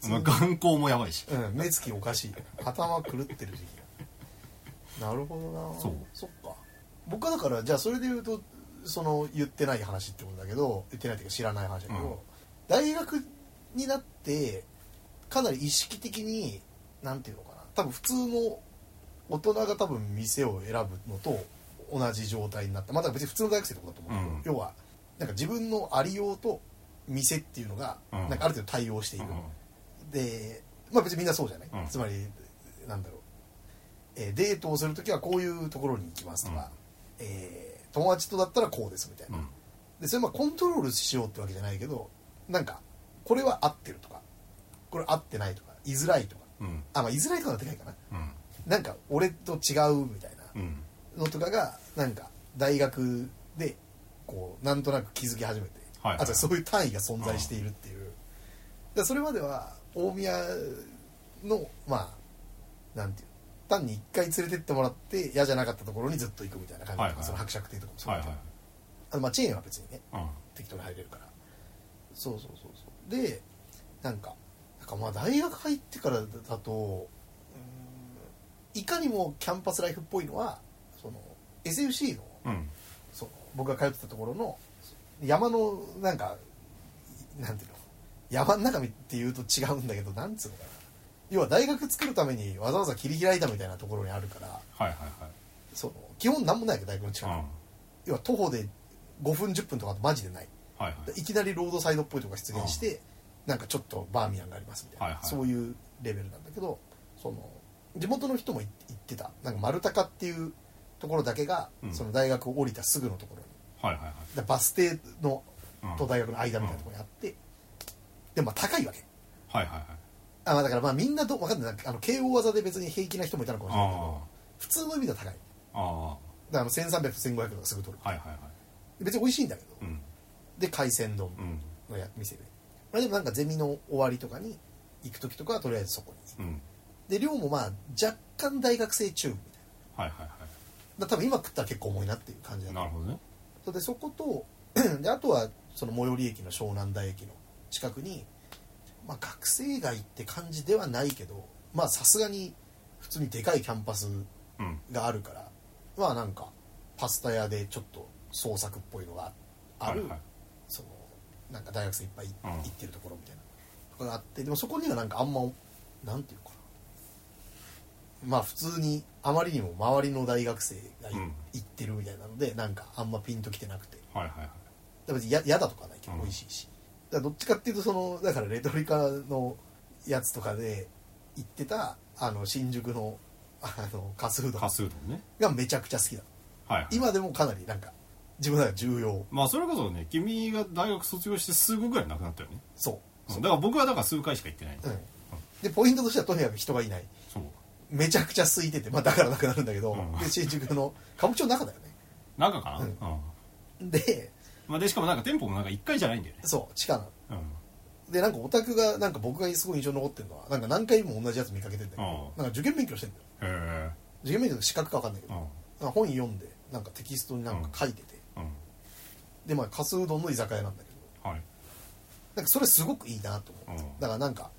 [SPEAKER 2] 通
[SPEAKER 1] ま
[SPEAKER 2] に
[SPEAKER 1] あ眼光もやばいし
[SPEAKER 2] うん、目つきおかしい頭狂ってる時期なるほどな
[SPEAKER 1] そう
[SPEAKER 2] っか僕はだからじゃあそれで言うとその言ってない話ってことだけど言ってないっていうか知らない話だけど、
[SPEAKER 1] うん
[SPEAKER 2] 大学になってかなり意識的になんていうのかな多分普通の大人が多分店を選ぶのと同じ状態になったまあだから別に普通の大学生ってことだと思うけど、要はなんか自分のありようと店っていうのが
[SPEAKER 1] うん
[SPEAKER 2] なんかある程度対応している、
[SPEAKER 1] う
[SPEAKER 2] でまあ別にみんなそうじゃない、
[SPEAKER 1] うん
[SPEAKER 2] つまりなんだろう、えーデートをする時はこういうところに行きますとか、えー友達とだったらこうですみたい
[SPEAKER 1] ん
[SPEAKER 2] な、
[SPEAKER 1] うん
[SPEAKER 2] でそれまあコントロールしようってわけじゃないけどなんかこれは合ってるとかこれ合ってないとか居づらいとか
[SPEAKER 1] うん
[SPEAKER 2] あまあ居づらいとかはでかいかな
[SPEAKER 1] うん
[SPEAKER 2] なんか俺と違うみたい
[SPEAKER 1] うん
[SPEAKER 2] なのとかがなんか大学でこうなんとなく気づき始めて、
[SPEAKER 1] はいはい
[SPEAKER 2] あとはそういう単位が存在しているっていう、でそれまでは大宮のまあなんていうの単に一回連れてってもらって嫌じゃなかったところにずっと行くみたいな感じとか、
[SPEAKER 1] はいはい
[SPEAKER 2] その伯爵亭とかもそう
[SPEAKER 1] はい
[SPEAKER 2] だけ
[SPEAKER 1] はい
[SPEAKER 2] ど、あとまあチェーンは別にね
[SPEAKER 1] うん
[SPEAKER 2] 適当に入れるからそうそうそうそうでなんかなんかまあ大学入ってからだとうーんいかにもキャンパスライフっぽいのはその SFC の
[SPEAKER 1] うん
[SPEAKER 2] その僕が通ってたところの山のなんかなんていうの山の中っていうと違うんだけどなんつうのかな要は大学作るためにわざわざ切り開いたみたいなところにあるから
[SPEAKER 1] はいはい
[SPEAKER 2] その基本なんもないわけ大学の近く、
[SPEAKER 1] はいうん
[SPEAKER 2] 要は徒歩で5分10分とかマジでない
[SPEAKER 1] はいはい
[SPEAKER 2] いきなりロードサイドっぽいとこが出現して、なんかちょっとバーミヤンがありますみたいな、
[SPEAKER 1] はいはい
[SPEAKER 2] そういうレベルなんだけどその地元の人も言言ってたなんか丸高っていうところだけが、
[SPEAKER 1] うん
[SPEAKER 2] その大学を降りたすぐのところに
[SPEAKER 1] はいはい
[SPEAKER 2] だからバス停の
[SPEAKER 1] はい
[SPEAKER 2] と
[SPEAKER 1] うんはい
[SPEAKER 2] 大学の間みたいなところにあって、でもまあ高いわけ
[SPEAKER 1] はいはい
[SPEAKER 2] あまあだからまあみんなど分かんないあの慶応技で別に平気な人もいたのかもしれないけど
[SPEAKER 1] あ
[SPEAKER 2] 普通の意味では高いだか
[SPEAKER 1] ああ
[SPEAKER 2] らあの13001500とかすぐ取る
[SPEAKER 1] あはいはいはい
[SPEAKER 2] 別に美味しいんだけど、
[SPEAKER 1] うん
[SPEAKER 2] で海鮮丼、
[SPEAKER 1] うん
[SPEAKER 2] のや店で、まあ、でもなんかゼミの終わりとかに行く時とかはとりあえずそこに
[SPEAKER 1] うん
[SPEAKER 2] で寮もまあ若干大学生中みた
[SPEAKER 1] は
[SPEAKER 2] い
[SPEAKER 1] いはいは
[SPEAKER 2] なだから多分今食ったら結構重いなっていう感じだ
[SPEAKER 1] い
[SPEAKER 2] った
[SPEAKER 1] なるほどね
[SPEAKER 2] それでそこと であとはその最寄り駅の湘南台駅の近くに、まあ、学生街って感じではないけどまあさすがに普通にでかいキャンパス
[SPEAKER 1] うん
[SPEAKER 2] があるからまあなんかパスタ屋でちょっと創作っぽいのがある、
[SPEAKER 1] はいはい
[SPEAKER 2] そのなんか大学生いっぱい
[SPEAKER 1] うん
[SPEAKER 2] 行ってるところみたいなとかがあってでもそこにはなんかあんまなんていうのかなまあ普通にあまりにも周りの大学生がい
[SPEAKER 1] うん
[SPEAKER 2] 行ってるみたいなのでなんかあんまピンときてなくて
[SPEAKER 1] はいはいはい
[SPEAKER 2] だから別にや嫌だとかはないけど
[SPEAKER 1] うん
[SPEAKER 2] 美味しいしだからどっちかっていうとそのだからレトリカのやつとかで行ってたあの新宿のあのカスフード
[SPEAKER 1] カスうどんね
[SPEAKER 2] がめちゃくちゃ好きだ
[SPEAKER 1] はいはい
[SPEAKER 2] 今でもかなりなんか自分の中で重要
[SPEAKER 1] まあそれこそね君が大学卒業してすぐぐらいなくなったよね
[SPEAKER 2] そう
[SPEAKER 1] うんだから僕はだから数回しか行ってない
[SPEAKER 2] うんでポイントとしてはとにかく人がいない
[SPEAKER 1] そう
[SPEAKER 2] めちゃくちゃ空いてて、まあ、だからなくなるんだけど、
[SPEAKER 1] うん
[SPEAKER 2] で新宿の歌舞伎町の中だよね
[SPEAKER 1] 中かな
[SPEAKER 2] うん
[SPEAKER 1] うん
[SPEAKER 2] で
[SPEAKER 1] まあでしかもなんか店舗もなんか1回じゃないんだよね
[SPEAKER 2] そう地下なの
[SPEAKER 1] うん
[SPEAKER 2] でなんかオタクがなんか僕がすごい印象に残ってるのはなんか何回も同じやつ見かけてんだけど、なんか受験勉強してんだよ
[SPEAKER 1] へえ
[SPEAKER 2] 受験勉強の資格か分かんないけ
[SPEAKER 1] う
[SPEAKER 2] ど、
[SPEAKER 1] ん
[SPEAKER 2] なんか本読んでなんかテキストになんか書いてて、
[SPEAKER 1] うん
[SPEAKER 2] でまあかすうどんの居酒屋なんだけど
[SPEAKER 1] はい
[SPEAKER 2] なんかそれすごくいいなと思って、
[SPEAKER 1] うん
[SPEAKER 2] だからなんか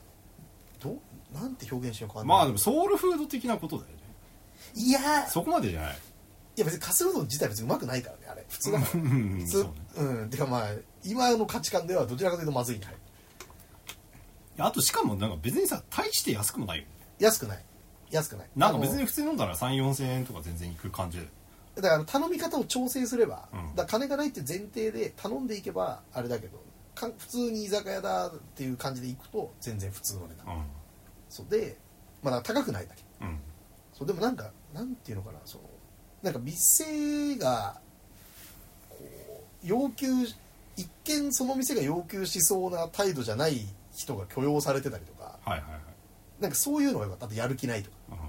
[SPEAKER 2] どうなんて表現しようかわかんない
[SPEAKER 1] まあでもソウルフード的なことだよね
[SPEAKER 2] いやー
[SPEAKER 1] そこまでじゃない
[SPEAKER 2] いや別にかすうどん自体別にうまくないからねあれ普通だから
[SPEAKER 1] うんうん
[SPEAKER 2] 普
[SPEAKER 1] そ
[SPEAKER 2] 通
[SPEAKER 1] うね
[SPEAKER 2] うんてかまあ今の価値観ではどちらかというとまずいに入る
[SPEAKER 1] あとしかもなんか別にさ大して安くもないよね
[SPEAKER 2] 安くない安くない
[SPEAKER 1] なんか別に普通に飲んだら3 4千円とか全然いく感じだよ
[SPEAKER 2] あのだから頼み方を調整すれば、
[SPEAKER 1] うん
[SPEAKER 2] だから金がないっていう前提で頼んでいけばあれだけどか普通に居酒屋だっていう感じで行くと全然普通の値段、
[SPEAKER 1] うん
[SPEAKER 2] そうでまあだから高くないだけ
[SPEAKER 1] うん
[SPEAKER 2] そうでもなんかなんていうのかなそのなんか店がこう要求一見その店が要求しそうな態度じゃない人が許容されてたりとか
[SPEAKER 1] はいはいはい
[SPEAKER 2] なんかそういうのがよかったあとやる気ないとか
[SPEAKER 1] うんだ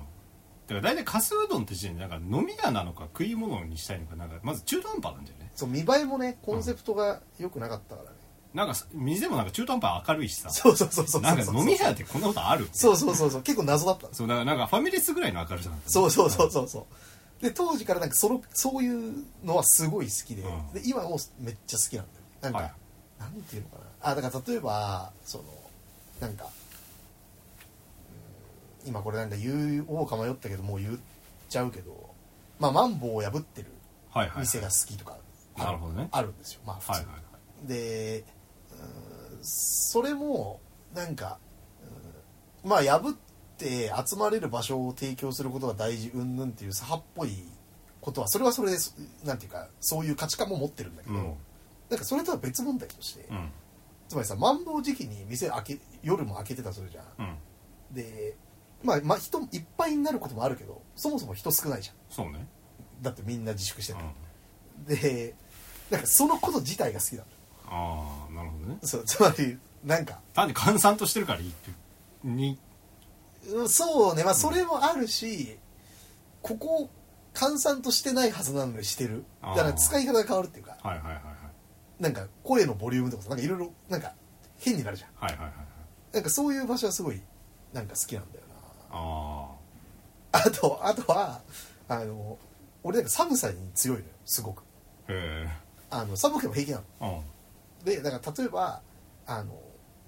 [SPEAKER 1] から大体かすうどんって時点でなんか飲み屋なのか食い物にしたいのかなんかまず中途半端なんだよね
[SPEAKER 2] そう見栄えもねコンセプトが良くなかったからね、
[SPEAKER 1] なんか店もなんか中途半端明るいしさ
[SPEAKER 2] そうそうそうそう
[SPEAKER 1] な
[SPEAKER 2] そ
[SPEAKER 1] ん
[SPEAKER 2] う
[SPEAKER 1] か飲み屋ってこんなことある
[SPEAKER 2] そうそうそうそう結構謎だったんです
[SPEAKER 1] そ
[SPEAKER 2] よ
[SPEAKER 1] うだからなんかファミレスぐらいの明るさなんだよね
[SPEAKER 2] そうそうそうそうそうで当時からなんかそのそういうのはすごい好きで,、
[SPEAKER 1] うん
[SPEAKER 2] で今もめっちゃ好きなんだよねなんか、
[SPEAKER 1] はい
[SPEAKER 2] なんていうのかなあだから例えばそのなんかうん今これなんか言おうか迷ったけどもう言っちゃうけどまあマンボウを破ってる
[SPEAKER 1] はいはい
[SPEAKER 2] 店が好きとか
[SPEAKER 1] なるほどね
[SPEAKER 2] あるんですよまあ普通
[SPEAKER 1] はい
[SPEAKER 2] に
[SPEAKER 1] はいはい
[SPEAKER 2] でうーんそれもなんかうーんまあ破って集まれる場所を提供することが大事云々っていう左派っぽいことはそれはそれでそなんていうかそういう価値観も持ってるんだけど、
[SPEAKER 1] うん
[SPEAKER 2] なんかそれとは別問題として、
[SPEAKER 1] うん
[SPEAKER 2] つまりさマンボウ時期に店開け夜も開けてたりするじゃん、
[SPEAKER 1] うん
[SPEAKER 2] でまあ、まあ、人いっぱいになることもあるけどそもそも人少ないじゃん
[SPEAKER 1] そうね
[SPEAKER 2] だってみんな自粛して
[SPEAKER 1] うん
[SPEAKER 2] て、でなんかそのこと自体が好きなの
[SPEAKER 1] ああなるほどね
[SPEAKER 2] そうつまりなんか
[SPEAKER 1] 単に閑散としてるからいいっていうに
[SPEAKER 2] うんそうねまあそれもあるし、ここ閑散としてないはずなのにしてるだから使い方が変わるっていうか
[SPEAKER 1] はいはいはいはい
[SPEAKER 2] なんか声のボリュームとかさなんかいろいろなんか変になるじゃん
[SPEAKER 1] はいはいはいはい
[SPEAKER 2] なんかそういう場所はすごいなんか好きなんだよな
[SPEAKER 1] あ
[SPEAKER 2] あとあとはあの俺なんか寒さに強いのよすごく
[SPEAKER 1] あへ
[SPEAKER 2] あの寒くても平気なの
[SPEAKER 1] えうん
[SPEAKER 2] でだから例えばあの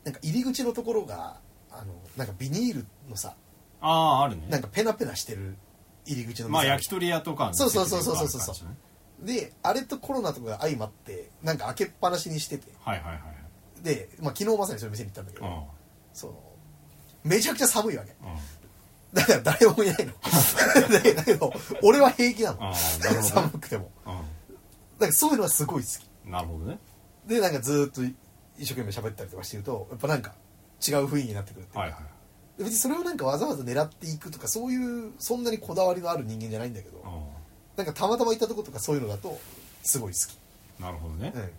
[SPEAKER 2] なんか入り口のところがあのなんかビニールのさ
[SPEAKER 1] ああある
[SPEAKER 2] なん
[SPEAKER 1] ね
[SPEAKER 2] かペナペナしてる入り口の店
[SPEAKER 1] まあ焼き鳥屋とかの
[SPEAKER 2] そうそうそうそうそうそう
[SPEAKER 1] 席とかある感じね
[SPEAKER 2] であれとコロナとかが相まってなんか開けっぱなしにしてて
[SPEAKER 1] はいはいはい
[SPEAKER 2] で、まあ、昨日まさにそういう店に行ったんだけど、
[SPEAKER 1] はい
[SPEAKER 2] そのめちゃくちゃ寒いわけ
[SPEAKER 1] うんうん
[SPEAKER 2] だから誰もいないの でだけど俺は平気なの
[SPEAKER 1] ああなるほど
[SPEAKER 2] 寒くてもなんかそういうのはすごい好き
[SPEAKER 1] うんなるほどね
[SPEAKER 2] でなんかずーっと一生懸命喋ったりとかしてるとやっぱなんか違う雰囲気になってくるって、
[SPEAKER 1] はいはい
[SPEAKER 2] で別にそれをなんかわざわざ狙っていくとかそういうそんなにこだわりのある人間じゃないんだけど、
[SPEAKER 1] う
[SPEAKER 2] なんかたまたま行ったとことかそういうのだとすごい好き
[SPEAKER 1] んなるほどね
[SPEAKER 2] うん、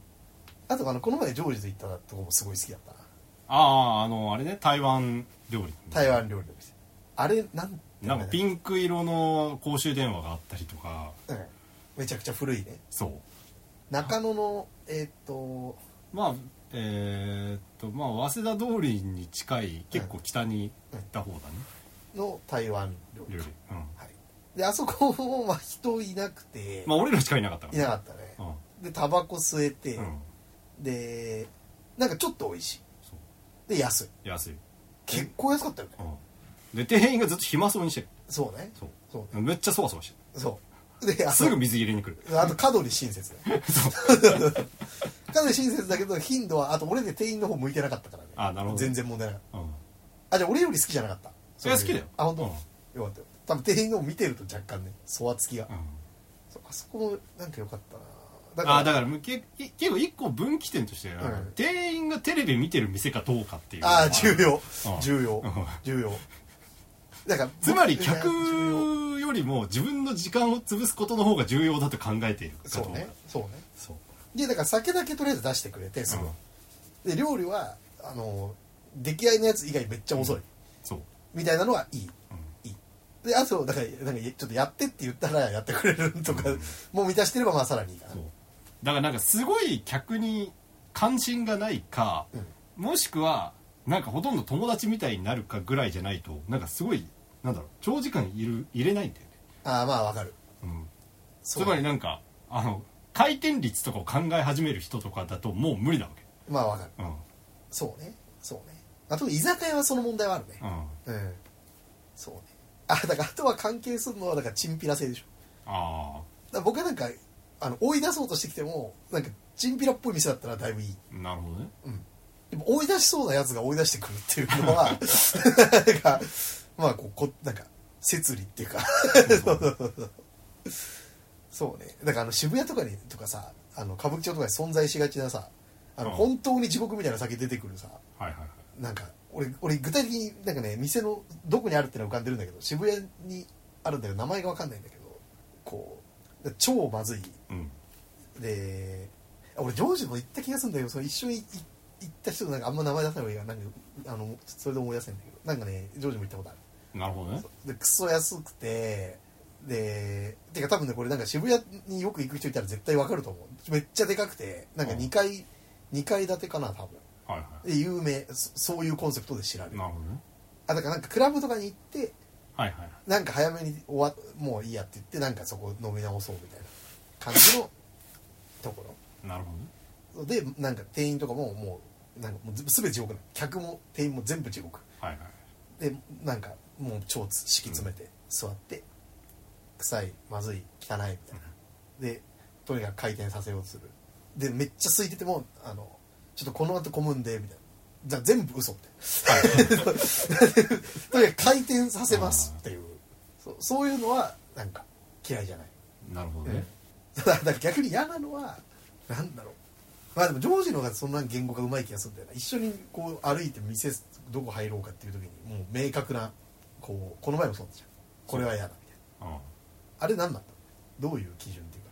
[SPEAKER 2] あとあのこの前ジョージと行ったとこもすごい好きだったな
[SPEAKER 1] あああのあれね台湾料理
[SPEAKER 2] 台湾料理の店あれなん
[SPEAKER 1] なんかピ
[SPEAKER 2] ン、
[SPEAKER 1] ンク色の公衆電話があったりとか
[SPEAKER 2] うん、めちゃくちゃ古いね
[SPEAKER 1] そう
[SPEAKER 2] 中野のえーっと
[SPEAKER 1] まあえーっとまあ早稲田通りに近い結構北に行った方だね、
[SPEAKER 2] の台湾料理
[SPEAKER 1] 料理、うん、
[SPEAKER 2] はい、であそこもまあ人いなくて、
[SPEAKER 1] まあ俺らしかいなかったか
[SPEAKER 2] い
[SPEAKER 1] ら
[SPEAKER 2] なかったね
[SPEAKER 1] うん
[SPEAKER 2] でタバコ吸えて、
[SPEAKER 1] うん
[SPEAKER 2] でなんかちょっと美味しい
[SPEAKER 1] そう
[SPEAKER 2] で安い
[SPEAKER 1] 安い、
[SPEAKER 2] 結構安かったよね、
[SPEAKER 1] うん、で店員がずっと暇そうにしてる
[SPEAKER 2] そうね
[SPEAKER 1] そう
[SPEAKER 2] そうね
[SPEAKER 1] めっちゃそわそわして
[SPEAKER 2] そうであ
[SPEAKER 1] る
[SPEAKER 2] と
[SPEAKER 1] すぐ水入れに来る
[SPEAKER 2] あと香取親切ねかなり親切だけど頻度はあと俺で店員の方向いてなかったからね
[SPEAKER 1] あなるほど
[SPEAKER 2] 全然問題なかっ
[SPEAKER 1] うん
[SPEAKER 2] たあじゃあ俺より好きじゃなかった
[SPEAKER 1] いや好きだよ
[SPEAKER 2] あ本当、
[SPEAKER 1] うん
[SPEAKER 2] よかったよ多分店員の方見てると若干ねそわつきが、
[SPEAKER 1] うん
[SPEAKER 2] そうあそこもなんかよかったなだ
[SPEAKER 1] あだからむけい結構一個分岐点として、
[SPEAKER 2] ん
[SPEAKER 1] 店員がテレビ見てる店かどうかっていう
[SPEAKER 2] ああ重要
[SPEAKER 1] うん
[SPEAKER 2] 重要
[SPEAKER 1] うん
[SPEAKER 2] 重要だから
[SPEAKER 1] つまり
[SPEAKER 2] 重要
[SPEAKER 1] 客よりも自分の時間を潰すことの方が重要だと考えているかどう
[SPEAKER 2] そう
[SPEAKER 1] か
[SPEAKER 2] ねそうね
[SPEAKER 1] そう
[SPEAKER 2] でだから酒だけとりあえず出してくれてその、で料理はあの出来合いのやつ以外めっちゃ遅い、
[SPEAKER 1] そう
[SPEAKER 2] みたいなのはいい、
[SPEAKER 1] う
[SPEAKER 2] いいであとだからなんかちょっとやってって言ったらやってくれるとか、
[SPEAKER 1] うん
[SPEAKER 2] もう満たしてればまあさらにいいかな
[SPEAKER 1] そうだからなんかすごい客に関心がないか、もしくはなんかほとんど友達みたいになるかぐらいじゃないとなんかすごいなんだろう長時間いる入れないんだよね、
[SPEAKER 2] ああまあわかる
[SPEAKER 1] うん、つ
[SPEAKER 2] そう
[SPEAKER 1] まりなんかあの回転率とかを考え始める人とかだともう無理なわ
[SPEAKER 2] まあわかる
[SPEAKER 1] けうん
[SPEAKER 2] そうねそうねあと居酒屋はその問題はあるね
[SPEAKER 1] うん
[SPEAKER 2] うん、そうねあだからあとは関係するのはだからチンピラ性でしょ
[SPEAKER 1] あ
[SPEAKER 2] だから僕はなんかあの追い出そうとしてきてもなんかチンピラっぽい店だったらだいぶいい
[SPEAKER 1] あなるほ どね
[SPEAKER 2] でも追い出しそうなやつが追い出してくるっていう のはなんかまあこうこなんか摂理っていうかそうねだからあの渋谷とかにとかさあの歌舞伎町とかに存在しがちなさあの
[SPEAKER 1] うん
[SPEAKER 2] 本当に地獄みたいな酒出てくるさ
[SPEAKER 1] はいはいはい
[SPEAKER 2] なんか俺俺具体的になんかね店のどこにあるってのは浮かんでるんだけど渋谷にあるんだけど名前が分かんないんだけどこう超まずい
[SPEAKER 1] うん
[SPEAKER 2] で俺ジョージも行った気がするんだけどその一緒にい行った人のなんかあんま名前出さない方がいいからなんかあのそれで思い出せないんだけどなんかねジョージも行ったことある
[SPEAKER 1] なるほどね
[SPEAKER 2] でクソ安くてでてか多分ねこれなんか渋谷によく行く人いたら絶対わかると思うめっちゃでかくてなんか2階、二階建てかな多分
[SPEAKER 1] はいは
[SPEAKER 2] で有名そそういうコンセプトで知られ
[SPEAKER 1] い
[SPEAKER 2] る
[SPEAKER 1] なるほどね
[SPEAKER 2] あだからなんかクラブとかに行って
[SPEAKER 1] はいはい
[SPEAKER 2] なんか早めに終わもういいやって言ってなんかそこ飲み直そうみたいな感じの とこ
[SPEAKER 1] なるほどね
[SPEAKER 2] ろでなんか店員とかももうなんかもう全て地獄なの客も店員も全部地獄
[SPEAKER 1] はいはい
[SPEAKER 2] でなんかもう超つ敷き詰めて座って、臭いまずい汚いみたいなでとにかく回転させようとするでめっちゃ空いててもあのちょっとこの後混むんでみたいなじゃあ全部嘘み たいなとにかく回転させますっていうそうそういうのはなんか嫌いじゃない
[SPEAKER 1] なるほど
[SPEAKER 2] え
[SPEAKER 1] ね
[SPEAKER 2] え だから逆に嫌なのはなんだろうまあでもジョージの方がそんな言語がうまい気がするんだよな一緒にこう歩いて店どこ入ろうかっていう時にもう明確なこうこの前もそうだったじゃんこれは嫌だみたいな
[SPEAKER 1] うん
[SPEAKER 2] あれ何だったのどういう基準っていうか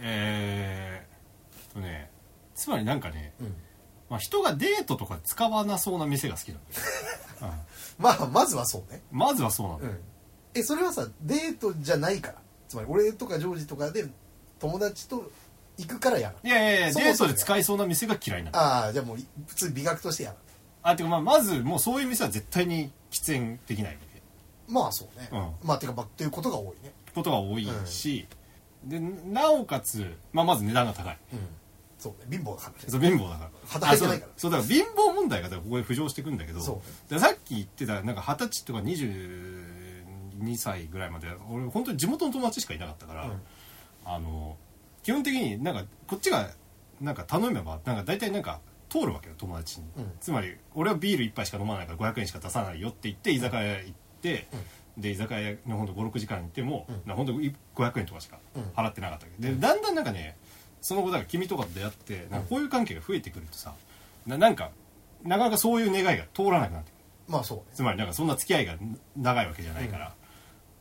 [SPEAKER 1] えーっとねつまりなんかね、
[SPEAKER 2] うん
[SPEAKER 1] まあ、人がデートとか使わなそうな店が好きなん だよ、
[SPEAKER 2] まあまずはそうね
[SPEAKER 1] うんまずはそうなんだ
[SPEAKER 2] う
[SPEAKER 1] よ、
[SPEAKER 2] んえそれはさデートじゃないからつまり俺とかジョージとかで友達と行くから嫌ない
[SPEAKER 1] やいやいや
[SPEAKER 2] そもそも
[SPEAKER 1] デートで使いそうな店が嫌いなんだ
[SPEAKER 2] ああじゃあもうい普通に美学として嫌だ
[SPEAKER 1] あてかまあまずもうそういう店は絶対に喫煙できない
[SPEAKER 2] まあそうね、
[SPEAKER 1] う
[SPEAKER 2] まあてかまあっていうことが多いね
[SPEAKER 1] ことが多いし、でなおかつ、まあ、まず値段が高い
[SPEAKER 2] うんそうね貧乏だからね
[SPEAKER 1] そう貧乏だから
[SPEAKER 2] 働いてないから
[SPEAKER 1] あそうそうだから貧乏問題がだからここで浮上してくんだけど
[SPEAKER 2] そう
[SPEAKER 1] でさっき言ってたなんか二十歳とか22歳ぐらいまで俺本当に地元の友達しかいなかったから、
[SPEAKER 2] うん
[SPEAKER 1] あの基本的になんかこっちがなんか頼めばなんか大体なんか通るわけよ友達に、
[SPEAKER 2] うん
[SPEAKER 1] つまり俺はビール1杯しか飲まないから500円しか出さないよって言って居酒屋行って、で居酒屋のほんと56時間行っても、
[SPEAKER 2] うん
[SPEAKER 1] なほんと500円とかしか
[SPEAKER 2] うん
[SPEAKER 1] 払ってなかったけど、でだんだんなんかねその後だから君とかと出会ってなんかこういう関係が増えてくるとさななんかなかなかそういう願いが通らなくなってくる
[SPEAKER 2] まあそうね
[SPEAKER 1] つまりなんかそんな付き合いが長いわけじゃないから、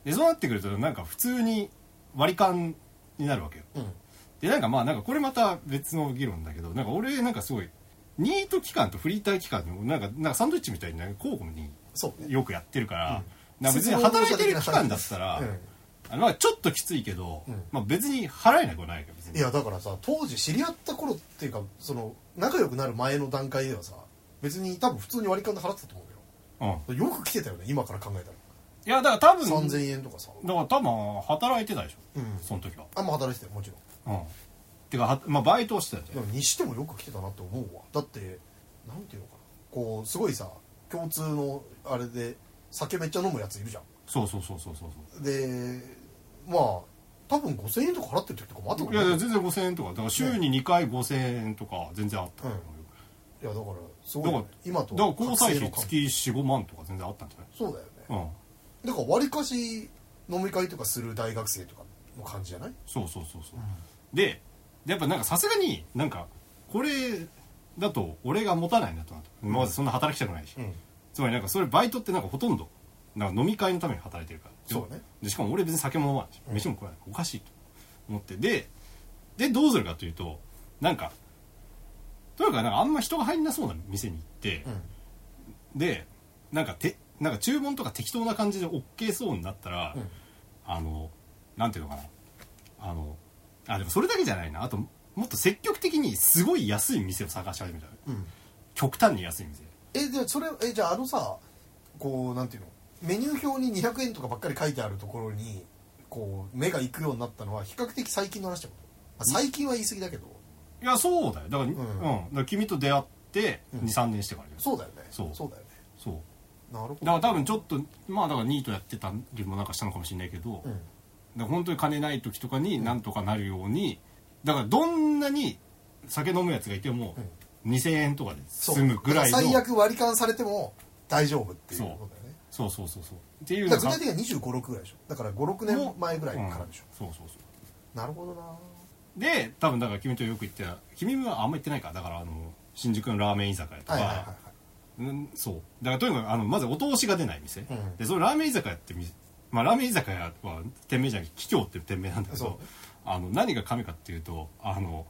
[SPEAKER 1] でそうなってくるとなんか普通に割り勘になるわけよ
[SPEAKER 2] うん
[SPEAKER 1] でなんかまあなんかこれまた別の議論だけどなんか俺なんかすごいニート期間とフリーター期間のなんかなんかサンドイッチみたいになんか交互に
[SPEAKER 2] そうね
[SPEAKER 1] よくやってるから、
[SPEAKER 2] うん
[SPEAKER 1] なんか別に働いてる期間だったら、
[SPEAKER 2] うん
[SPEAKER 1] あのまあちょっときついけど、
[SPEAKER 2] うん
[SPEAKER 1] まあ、別に払えなくはないわけど別に
[SPEAKER 2] いやだからさ当時知り合った頃っていうかその仲良くなる前の段階ではさ別に多分普通に割り勘で払ってたと
[SPEAKER 1] う
[SPEAKER 2] 思
[SPEAKER 1] ん、いう
[SPEAKER 2] よよく来てたよね今から考えたら
[SPEAKER 1] やだから多分
[SPEAKER 2] 3000円とかさ
[SPEAKER 1] だから多分働いてたでしょ、
[SPEAKER 2] うん
[SPEAKER 1] その時は
[SPEAKER 2] あんま働いてたよもちろん
[SPEAKER 1] うんてかは、まあ、バイトをしてたじゃん
[SPEAKER 2] でもにしてもよく来てたなって思うわだってなんていうのかなこうすごいさ共通のあれで酒めっちゃ飲むやついるじゃん
[SPEAKER 1] そうそうそうそうそう
[SPEAKER 2] でまあ多分5000円とか払ってる時とかもあった
[SPEAKER 1] そ
[SPEAKER 2] も
[SPEAKER 1] うんいやいや全然5000円とかだから週に2回5000円とか全然あったと思うよ
[SPEAKER 2] いやだからすごい
[SPEAKER 1] だ
[SPEAKER 2] よ
[SPEAKER 1] から
[SPEAKER 2] ね今と
[SPEAKER 1] だから交際
[SPEAKER 2] 覚醒の
[SPEAKER 1] 費
[SPEAKER 2] 感
[SPEAKER 1] 月45万とか全然あったんじ
[SPEAKER 2] そうだよね
[SPEAKER 1] ゃないうん
[SPEAKER 2] だからわりかし飲み会とかする大学生とかの感じじゃない
[SPEAKER 1] そうそうそうそう、でやっぱなんかさすがになんかこれだと俺が持たないなとなと今までそんな働きたくないし、
[SPEAKER 2] ん
[SPEAKER 1] つまりなんかそれバイトってなんかほとんどなんか飲み会のために働いてるから
[SPEAKER 2] そうね
[SPEAKER 1] でしかも俺別に酒も飲まないし飯も食わない、おかしいと思ってででどうするかというとなんかとにかくなんかあんま人が入んなそうな店に行って、でなんかてなんか注文とか適当な感じで OK そうになったら、
[SPEAKER 2] うん
[SPEAKER 1] あのなんていうのかなあのあでもそれだけじゃないなあともっと積極的にすごい安い店を探し始めたの
[SPEAKER 2] うん
[SPEAKER 1] 極端に安い店
[SPEAKER 2] えじゃあそれえじゃああのさこうなんていうのメニュー表に200円とかばっかり書いてあるところにこう目が行くようになったのは比較的最近の話だもんまあ最近は言い過ぎだけど
[SPEAKER 1] いやそうだよだから,、うんだから君と出会って
[SPEAKER 2] うん
[SPEAKER 1] 23年してからだよ
[SPEAKER 2] そうだよね
[SPEAKER 1] そう
[SPEAKER 2] だよね
[SPEAKER 1] そう
[SPEAKER 2] なるほ
[SPEAKER 1] だ
[SPEAKER 2] ど
[SPEAKER 1] から多分ちょっとまあだからニートやってたりもなんかしたのかもしれないけど、
[SPEAKER 2] うん
[SPEAKER 1] だから本当に金ない時とかになんとかなるようにだからどんなに酒飲むやつがいても2000円とかで
[SPEAKER 2] そう
[SPEAKER 1] 済むぐらいの
[SPEAKER 2] 最悪割り勘されても大丈夫っていうことだよね
[SPEAKER 1] そうそうそうそうっていう
[SPEAKER 2] だ
[SPEAKER 1] の
[SPEAKER 2] から具体的には2 5 6ぐらいでしょだから56年前ぐらいからでしょ、
[SPEAKER 1] うんそうそうそう
[SPEAKER 2] なるほどな
[SPEAKER 1] で多分だから君とよく行ってた君はあんま行ってないかだからあの新宿のラーメン居酒屋とか、
[SPEAKER 2] はいはいはいはい
[SPEAKER 1] うん、そうだからとにかくあのまずお通しが出ない店、
[SPEAKER 2] ん
[SPEAKER 1] でそのラーメン居酒屋ってみまあ、ラーメン居酒屋は店名じゃなくて桔梗っていう店名なんだけ
[SPEAKER 2] そう
[SPEAKER 1] どあの何が神かっていうとあの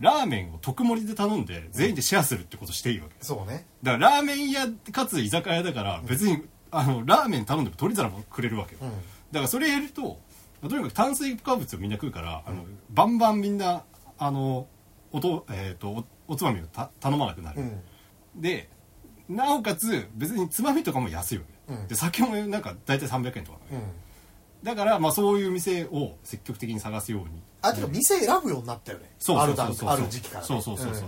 [SPEAKER 1] ラーメンを特盛りで頼んで全員でシェアするってことしていいわけ
[SPEAKER 2] そうね
[SPEAKER 1] だからラーメン屋かつ居酒屋だから別に、あのラーメン頼んでも取り皿もくれるわけよ、
[SPEAKER 2] うん
[SPEAKER 1] だからそれやるととにかく炭水化物をみんな食うから、あのバンバンみんなあのおと、えー、とおおつまみをた頼まなくなる、
[SPEAKER 2] うん
[SPEAKER 1] でなおかつ別につまみとかも安いよね、
[SPEAKER 2] うん
[SPEAKER 1] で酒もなんか大体300円とかなの
[SPEAKER 2] う
[SPEAKER 1] よ、
[SPEAKER 2] ん
[SPEAKER 1] だからまあそういう店を積極的に探すように
[SPEAKER 2] あてか店選ぶようになったよね
[SPEAKER 1] そう
[SPEAKER 2] あ
[SPEAKER 1] そ
[SPEAKER 2] る
[SPEAKER 1] うそう
[SPEAKER 2] 段
[SPEAKER 1] そう
[SPEAKER 2] ある時期からね
[SPEAKER 1] そうそうそうそうん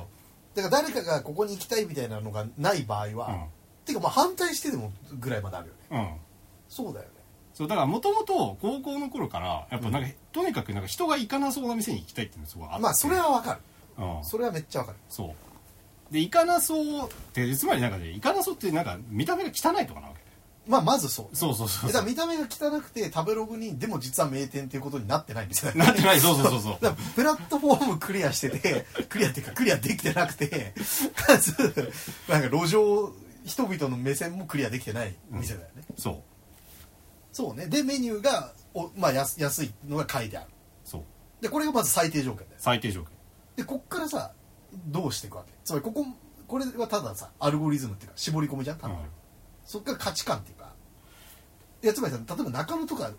[SPEAKER 2] だから誰かがここに行きたいみたいなのがない場合
[SPEAKER 1] う
[SPEAKER 2] は、
[SPEAKER 1] ん
[SPEAKER 2] てかまあ反対してでもぐらいまであるよね
[SPEAKER 1] うん
[SPEAKER 2] そうだよね
[SPEAKER 1] そうだからもともと高校の頃からやっぱなんか、とにかくなんか人が行かなそうな店に行きたいっていうのがすごいあって
[SPEAKER 2] まあそれ、はわかる
[SPEAKER 1] うん、
[SPEAKER 2] それはめっちゃわかる
[SPEAKER 1] そうで行かなそうってつまりなんかね行かなそうってなんか見た目が汚いとかなわけ
[SPEAKER 2] まあまずそう
[SPEAKER 1] そうそうそう
[SPEAKER 2] だから見た目が汚くて食べログにでも実は名店っていうことになってないみたいな
[SPEAKER 1] なってないそうそうそうそう
[SPEAKER 2] だからプラットフォームクリアしててクリアっていうかクリアできてなくてかつなんか路上人々の目線もクリアできてない店だよね、
[SPEAKER 1] そう
[SPEAKER 2] そうねでメニューがお、まあ、安安いのが書いてある
[SPEAKER 1] そう
[SPEAKER 2] でこれがまず最低条件だよ
[SPEAKER 1] 最低条件
[SPEAKER 2] でこっからさどうしていくわけつまりこここれはたださアルゴリズムっていうか絞り込みじゃん多分、
[SPEAKER 1] うん
[SPEAKER 2] そっから価値観っていうかいやつまりさ例えば中野とか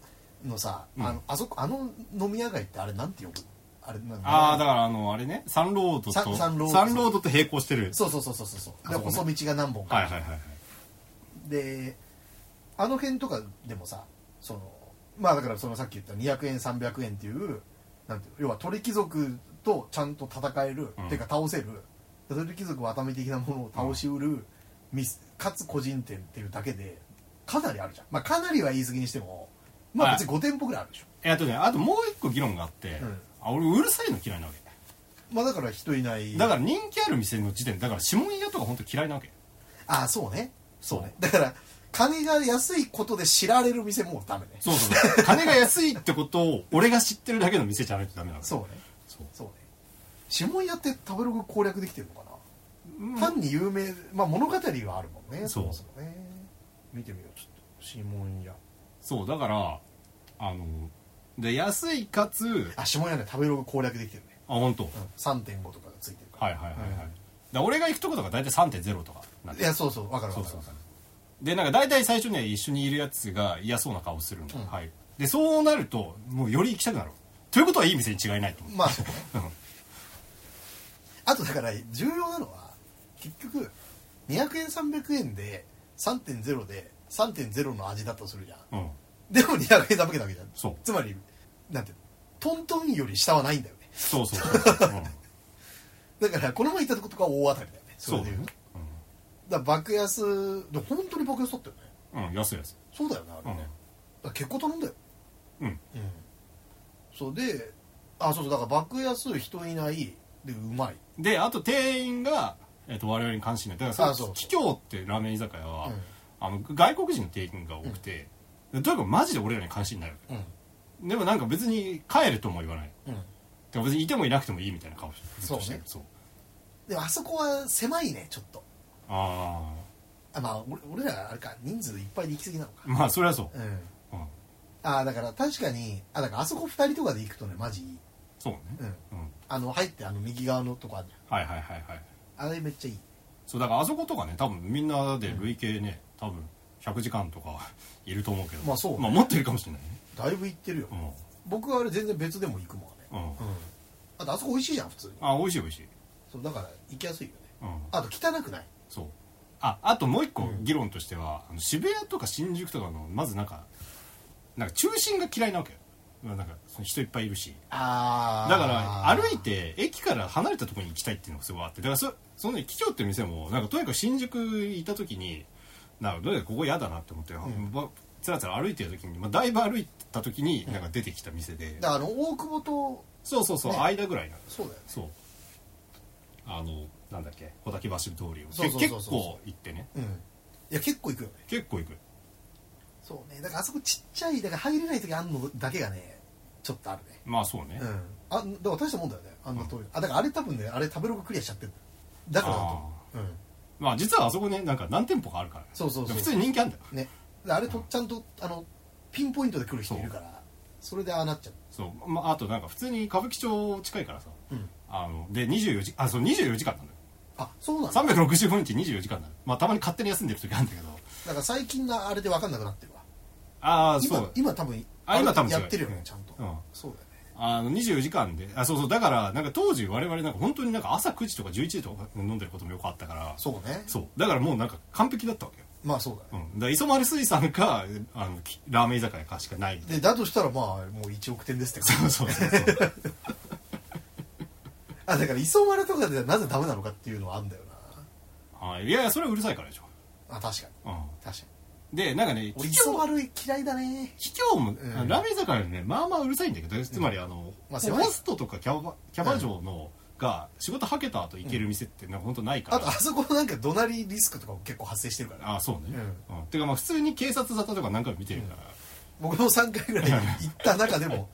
[SPEAKER 2] のさ、
[SPEAKER 1] うん
[SPEAKER 2] あのあそこあの飲み屋街ってあれなんて呼ぶあれなん
[SPEAKER 1] ああだからあのあれねサンロードと
[SPEAKER 2] ササンロード
[SPEAKER 1] サンロードと並行してる
[SPEAKER 2] そうそうそうそうそうそうで
[SPEAKER 1] あそこね
[SPEAKER 2] 細道が何本か、
[SPEAKER 1] はいはいはいはい
[SPEAKER 2] であの辺とかでもさそのまあだからそのさっき言った200円300円っていうなんていうの要は鳥貴族とちゃんと戦える、
[SPEAKER 1] うん
[SPEAKER 2] ていうか倒せる鳥貴族は頭的なものを倒しうる、ミスかつ個人店っていうだけでかなりあるじゃんまあかなりは言い過ぎにしてもまあ別に5店舗ぐらいあるでしょ、
[SPEAKER 1] えっとねあともう一個議論があって、
[SPEAKER 2] うん
[SPEAKER 1] あ俺うるさいの嫌いなわけ
[SPEAKER 2] まあだから人いない
[SPEAKER 1] だから人気ある店の時点でだから指紋屋とか本当嫌いなわけ
[SPEAKER 2] ああそうね
[SPEAKER 1] そう
[SPEAKER 2] だから金が安いことで知られる店もうダメね
[SPEAKER 1] そうそう そう金が安いってことを俺が知ってるだけの店じゃないとダメなの
[SPEAKER 2] そうね
[SPEAKER 1] そう
[SPEAKER 2] そうね指紋やって食べログ攻略できてるのか
[SPEAKER 1] うん
[SPEAKER 2] な、単に有名まあ物語はあるもんね
[SPEAKER 1] そう
[SPEAKER 2] ももね見てみようちょっと指紋屋
[SPEAKER 1] そうだからあので安いかつ
[SPEAKER 2] あ指紋屋ね食べログ攻略できてるね、
[SPEAKER 1] あ本当、
[SPEAKER 2] うん、3.5とかがついてるから
[SPEAKER 1] はいはいはいはい、
[SPEAKER 2] う
[SPEAKER 1] だ
[SPEAKER 2] ん
[SPEAKER 1] から俺が行くとことが大体3.0とかなん
[SPEAKER 2] いやそうそうわかる
[SPEAKER 1] そ
[SPEAKER 2] わ
[SPEAKER 1] うそ
[SPEAKER 2] かる
[SPEAKER 1] う
[SPEAKER 2] わ
[SPEAKER 1] そ
[SPEAKER 2] か
[SPEAKER 1] う
[SPEAKER 2] る
[SPEAKER 1] でなんか大体最初には一緒にいるやつが嫌そうな顔するの、
[SPEAKER 2] うん
[SPEAKER 1] はいでそうなるともうより行きたくなるということはいい店に違いないと思う
[SPEAKER 2] まあそうね
[SPEAKER 1] うん
[SPEAKER 2] あとだから重要なのは結局200円300円で3.0で3.0の味だとするじゃん
[SPEAKER 1] うん
[SPEAKER 2] でも200円だけだけじゃん
[SPEAKER 1] そう
[SPEAKER 2] つまりなんていうのトントンより下はないんだよね
[SPEAKER 1] そうそうそうそう、うん、
[SPEAKER 2] だからこの前行ったとことか大当たりだよね
[SPEAKER 1] そ
[SPEAKER 2] れ
[SPEAKER 1] うだ
[SPEAKER 2] で
[SPEAKER 1] よ
[SPEAKER 2] 言
[SPEAKER 1] ね
[SPEAKER 2] とだから爆安で本当に爆安だったよね
[SPEAKER 1] うん、うん、安い安い
[SPEAKER 2] そうだよねあれね、だから結構頼んだよ
[SPEAKER 1] うん
[SPEAKER 2] うんそうであそうそうだから爆安人いないでうまい
[SPEAKER 1] であと店員が、えっと我々に関心ないだか
[SPEAKER 2] あ
[SPEAKER 1] ら
[SPEAKER 2] そうそう
[SPEAKER 1] 桔梗ってラーメン居酒屋は、
[SPEAKER 2] うん
[SPEAKER 1] あの外国人の店員が多くて、でとにかくマジで俺らに関心ないわ
[SPEAKER 2] うん
[SPEAKER 1] けでもなんか別に帰るとも言わない
[SPEAKER 2] うん
[SPEAKER 1] てか別にいてもいなくてもいいみたいな顔して
[SPEAKER 2] そ
[SPEAKER 1] ずっ
[SPEAKER 2] うね
[SPEAKER 1] としてるそう
[SPEAKER 2] でもあそこは狭いねちょっと
[SPEAKER 1] あ
[SPEAKER 2] あまあ俺俺らあれか人数いっぱいで行き過ぎなのか
[SPEAKER 1] あまあそれはそう、
[SPEAKER 2] うん
[SPEAKER 1] うん、
[SPEAKER 2] あだから確かにあだからあそこ2人とかで行くとねマジいい
[SPEAKER 1] そうね
[SPEAKER 2] うん
[SPEAKER 1] うん、
[SPEAKER 2] あの入ってあの右側のとこあるじ
[SPEAKER 1] はいはいはいはい
[SPEAKER 2] ゃんあれめっちゃいい
[SPEAKER 1] そうだからあそことかね多分みんなで累計ね、多分100時間とか いると思うけど
[SPEAKER 2] まあそうね
[SPEAKER 1] まあ持ってるかもしれないね
[SPEAKER 2] だいぶ行ってるよ、僕はあれ全然別でも行くもんね
[SPEAKER 1] うん、うん、
[SPEAKER 2] うんあとあそこ美味しいじゃん普通に
[SPEAKER 1] あ美味しい美味しい
[SPEAKER 2] そうだから行きやすいよね
[SPEAKER 1] うん
[SPEAKER 2] あと汚くない
[SPEAKER 1] そうああともう一個
[SPEAKER 2] うん
[SPEAKER 1] 議論としては、あの渋谷とか新宿とかのまずなんかなんか中心が嫌いなわけよまあなんかその人いっぱいいるし
[SPEAKER 2] あ
[SPEAKER 1] だから歩いて駅から離れたところに行きたいっていうのがすごいあってだからそそのね桔梗って店もなんかとにかく新宿いた時になんかどうやらここ嫌だなって思って、
[SPEAKER 2] ん
[SPEAKER 1] まつらつら歩いてる時に、まあ、だいぶ歩いた時になんか出てきた店で、
[SPEAKER 2] だからあの大久保と
[SPEAKER 1] そうそうそう、
[SPEAKER 2] ね
[SPEAKER 1] 間ぐらいなの
[SPEAKER 2] そうだよね
[SPEAKER 1] そうあのなんだっけ小滝橋通りを
[SPEAKER 2] そうそうそうそう
[SPEAKER 1] け結構行ってね
[SPEAKER 2] うんいや結構行くよね
[SPEAKER 1] 結構行く
[SPEAKER 2] そうねだからあそこちっちゃいだから入れない時あんのだけがねちょっとあるね
[SPEAKER 1] まあそうね、
[SPEAKER 2] うんあだから大したもんだよねあんな通り、あだからあれ多分ねあれ食べログクリアしちゃってるだからだと思ううん
[SPEAKER 1] まあ実はあそこねなんか何店舗かあるからね
[SPEAKER 2] そうそうそう
[SPEAKER 1] 普通に人気あるんだよ
[SPEAKER 2] ねあれとちゃんとあのピンポイントで来る人いるからそれでああなっちゃう
[SPEAKER 1] そう、まあ、あとなんか普通に歌舞伎町近いからさ、
[SPEAKER 2] うん
[SPEAKER 1] あので24時あそう24時間なのよ
[SPEAKER 2] あそうなんだ
[SPEAKER 1] 365日24時間なのまあたまに勝手に休んでる時あるんだけど
[SPEAKER 2] だから最近のあれで分かんなくなってるわ
[SPEAKER 1] ああそう
[SPEAKER 2] 今今多分
[SPEAKER 1] あ今多分違
[SPEAKER 2] や
[SPEAKER 1] う
[SPEAKER 2] ってるよ
[SPEAKER 1] う
[SPEAKER 2] ね
[SPEAKER 1] ん
[SPEAKER 2] ちゃんと、
[SPEAKER 1] うん
[SPEAKER 2] そうだよね
[SPEAKER 1] あの24時間であそうそうだからなんか当時我々なんか本当になんか朝9時とか11時とか飲んでることもよくあったから
[SPEAKER 2] そうね
[SPEAKER 1] そうだからもうなんか完璧だったわけよ、
[SPEAKER 2] まあそうだね、
[SPEAKER 1] うん、だから磯丸水産かあのきラーメン居酒屋かしか ないみたい
[SPEAKER 2] でだとしたらまあもう1億点ですって感じ
[SPEAKER 1] なそうそうそうそう
[SPEAKER 2] あだから磯丸とかでなぜダメなのかっていうのはあんだよ
[SPEAKER 1] あいやいやそれはうるさいからでしょ、
[SPEAKER 2] なあ確かに
[SPEAKER 1] う
[SPEAKER 2] 確か
[SPEAKER 1] ん、
[SPEAKER 2] に
[SPEAKER 1] でなんかね企
[SPEAKER 2] 俺磯
[SPEAKER 1] 業
[SPEAKER 2] 丸嫌いだね
[SPEAKER 1] 企業も、
[SPEAKER 2] ん
[SPEAKER 1] あラーメン居酒屋ねまあまあうるさいんだけどつまりあの、
[SPEAKER 2] ま
[SPEAKER 1] ホ
[SPEAKER 2] あ狭い
[SPEAKER 1] ストとかキャバキャバ嬢の、が仕事はけた後行ける店ってなんか本当ないか
[SPEAKER 2] あ
[SPEAKER 1] ら、
[SPEAKER 2] とあそこなんか怒鳴りリスクとかも結構発生してるからね
[SPEAKER 1] あそうね、うんてかまあ普通に警察沙汰とか何回も見てるから、
[SPEAKER 2] 僕も3回 ぐらい行った中でも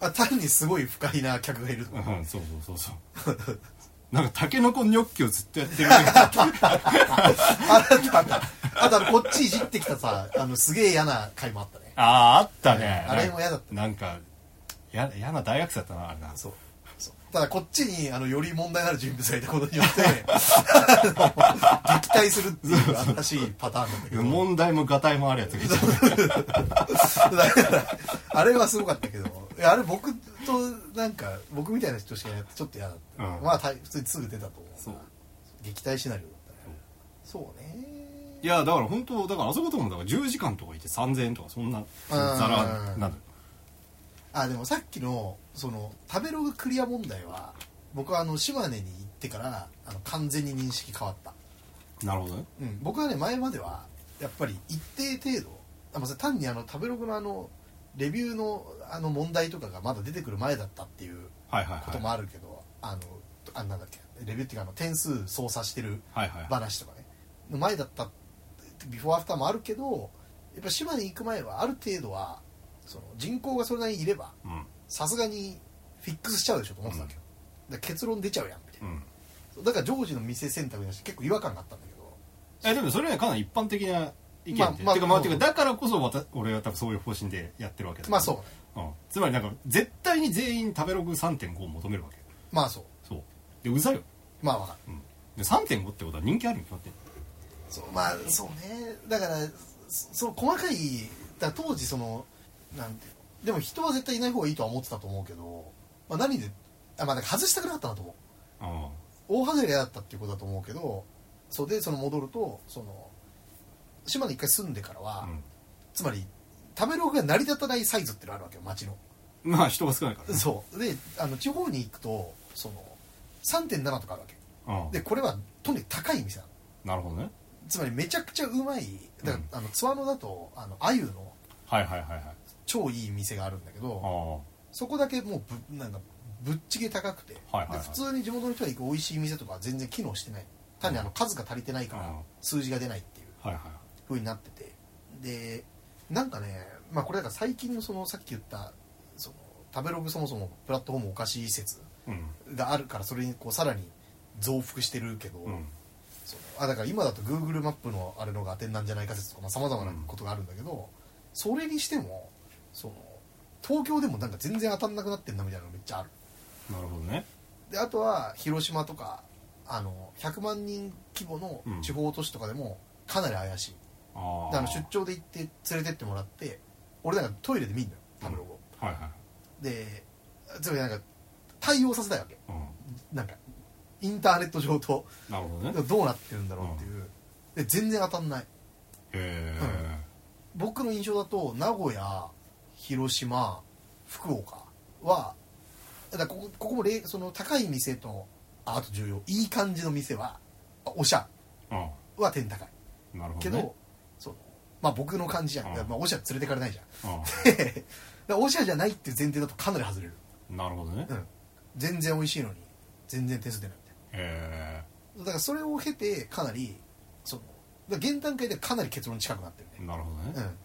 [SPEAKER 2] あ単にすごい不快な客がいるとか
[SPEAKER 1] うん、そうそうそうそう なんかタケノコニョッキをずっとやって るだけ
[SPEAKER 2] あったあったあとあのこっちいじってきたさあのすげえ嫌な回もあったね
[SPEAKER 1] ああーあったね
[SPEAKER 2] あれも嫌だった
[SPEAKER 1] なんかや嫌な大学生だったなあれな
[SPEAKER 2] そうそうただこっちにあのより問題のある人物がいたことによって あの撃退するっていう新しいパターンなんだけど
[SPEAKER 1] 問題もがたいもあるやつがいた
[SPEAKER 2] だからあれはすごかったけどいやあれ僕となんか僕みたいな人しかやってちょっと嫌だった、
[SPEAKER 1] うん
[SPEAKER 2] まあた普通にすぐ出たと思う
[SPEAKER 1] そう
[SPEAKER 2] 撃退シナリオだったねそうね
[SPEAKER 1] いやだから本当だからあそこともだから10時間とかいて3000円とかそんなざらなのよ
[SPEAKER 2] あでもさっきのその食べログクリア問題は僕はあの島根に行ってからあの完全に認識変わった、
[SPEAKER 1] なるほどね
[SPEAKER 2] うん、僕はね前まではやっぱり一定程度あまあそれ単にあの食べログのあのレビューのあの問題とかがまだ出てくる前だったっていう
[SPEAKER 1] はいはい
[SPEAKER 2] こと
[SPEAKER 1] は
[SPEAKER 2] もあるけど、あのあなんだっけレビューっていうかあの点数操作してる
[SPEAKER 1] いはいはいはい
[SPEAKER 2] 話とかねの前だったビフォーアフターもあるけどやっぱ島に行く前はある程度はその人口がそれなりにいれば
[SPEAKER 1] うん
[SPEAKER 2] さすがにフィックスしちゃうでしょと思ってたわけど、だから結論出ちゃうやんみたいうな、
[SPEAKER 1] ん
[SPEAKER 2] だからジョージの店選択だし結構違和感があったんだけど
[SPEAKER 1] えでもそれはかなり一般的な意見で、
[SPEAKER 2] まあまあ
[SPEAKER 1] てかまあ、
[SPEAKER 2] うん
[SPEAKER 1] てかだからこそわた俺は多分そういう方針でやってるわけだ
[SPEAKER 2] まあそうね
[SPEAKER 1] う、ん、つまりなんか絶対に全員食べログ3.5を求めるわけ
[SPEAKER 2] まあそう
[SPEAKER 1] そうでうざいよ、
[SPEAKER 2] まあわかる
[SPEAKER 1] うん、で3.5ってことは人気あるに決まってる
[SPEAKER 2] そうまあそうねだからそその細かいだから当時そのなんていうのでも人は絶対いない方がいいとは思ってたと思うけど、まあ、何であまあなんか外したくなかったなと思う
[SPEAKER 1] あ
[SPEAKER 2] 大外れだったっていうことだと思うけどそうでその戻るとその島に一回住んでから
[SPEAKER 1] あ、
[SPEAKER 2] は、
[SPEAKER 1] うん、
[SPEAKER 2] つまり食べログが成り立たないサイズっていうのあるわけよ町の
[SPEAKER 1] まあ人が少ないからね
[SPEAKER 2] そうであの地方に行くとその3.7とかあるわけ
[SPEAKER 1] うん
[SPEAKER 2] でこれはとにかく高い店な
[SPEAKER 1] な
[SPEAKER 2] の
[SPEAKER 1] るほどね
[SPEAKER 2] つまりめちゃくちゃうまいだから、あのツワノだとあの鮎の
[SPEAKER 1] はいはいはいはい
[SPEAKER 2] 超いい店があるんだけ
[SPEAKER 1] あ
[SPEAKER 2] ど
[SPEAKER 1] あは
[SPEAKER 2] そこだけもうぶなんかぶっちぎり高くて、
[SPEAKER 1] はいはいはい
[SPEAKER 2] で普通に地元の人が行く美味しい店とかは全然機能してない単にあの数が足りてないか
[SPEAKER 1] う
[SPEAKER 2] ら
[SPEAKER 1] ん
[SPEAKER 2] 数字が出ないってい
[SPEAKER 1] い
[SPEAKER 2] う
[SPEAKER 1] はい
[SPEAKER 2] 風になっててでなんかね、まあ、これだから最近のそのさっき言ったその食べログそもそもプラットフォームおかしい説
[SPEAKER 1] うん
[SPEAKER 2] があるからそれにこうさらに増幅してるけど、
[SPEAKER 1] うん
[SPEAKER 2] そのあだから今だと Google マップのあれのが当てになんじゃないか説とかさまざ、まなことがあるんだけど、それにしてもその東京でもなんか全然当たんなくなってんなみたいなのめっちゃある
[SPEAKER 1] なるほどね
[SPEAKER 2] であとは広島とかあの100万人規模の地方都市とかでもかなり怪しい、
[SPEAKER 1] あ
[SPEAKER 2] で
[SPEAKER 1] あ
[SPEAKER 2] あの出張で行って連れてってもらって俺なんかトイレで見んのよ食べログを、
[SPEAKER 1] はいはい
[SPEAKER 2] でつまりなんか対応させたいわけ
[SPEAKER 1] うん
[SPEAKER 2] なんかインターネット上と
[SPEAKER 1] なるほどね
[SPEAKER 2] どうなってるんだろうっていう、で全然当たんない
[SPEAKER 1] へ
[SPEAKER 2] 僕の印象だと名古屋広島福岡はだからここここも例その高い店とああと重要いい感じの店はあおしゃ
[SPEAKER 1] えうん
[SPEAKER 2] は天高い
[SPEAKER 1] なるほ
[SPEAKER 2] け
[SPEAKER 1] ど
[SPEAKER 2] ど、
[SPEAKER 1] ね
[SPEAKER 2] そのまあ僕の感じじゃ
[SPEAKER 1] う
[SPEAKER 2] ん、
[SPEAKER 1] ん
[SPEAKER 2] だからまあ、おしゃ連れてかれないじゃん
[SPEAKER 1] う
[SPEAKER 2] だからおしゃじゃないっていう前提だとかなり外れる、
[SPEAKER 1] んなるほどね
[SPEAKER 2] うん、全然美味しいのに全然点数出ないみたい
[SPEAKER 1] へ
[SPEAKER 2] なだからそれを経てかなりそのだから現段階でかなり結論に近くなってる
[SPEAKER 1] え
[SPEAKER 2] ね
[SPEAKER 1] なるほどね
[SPEAKER 2] うん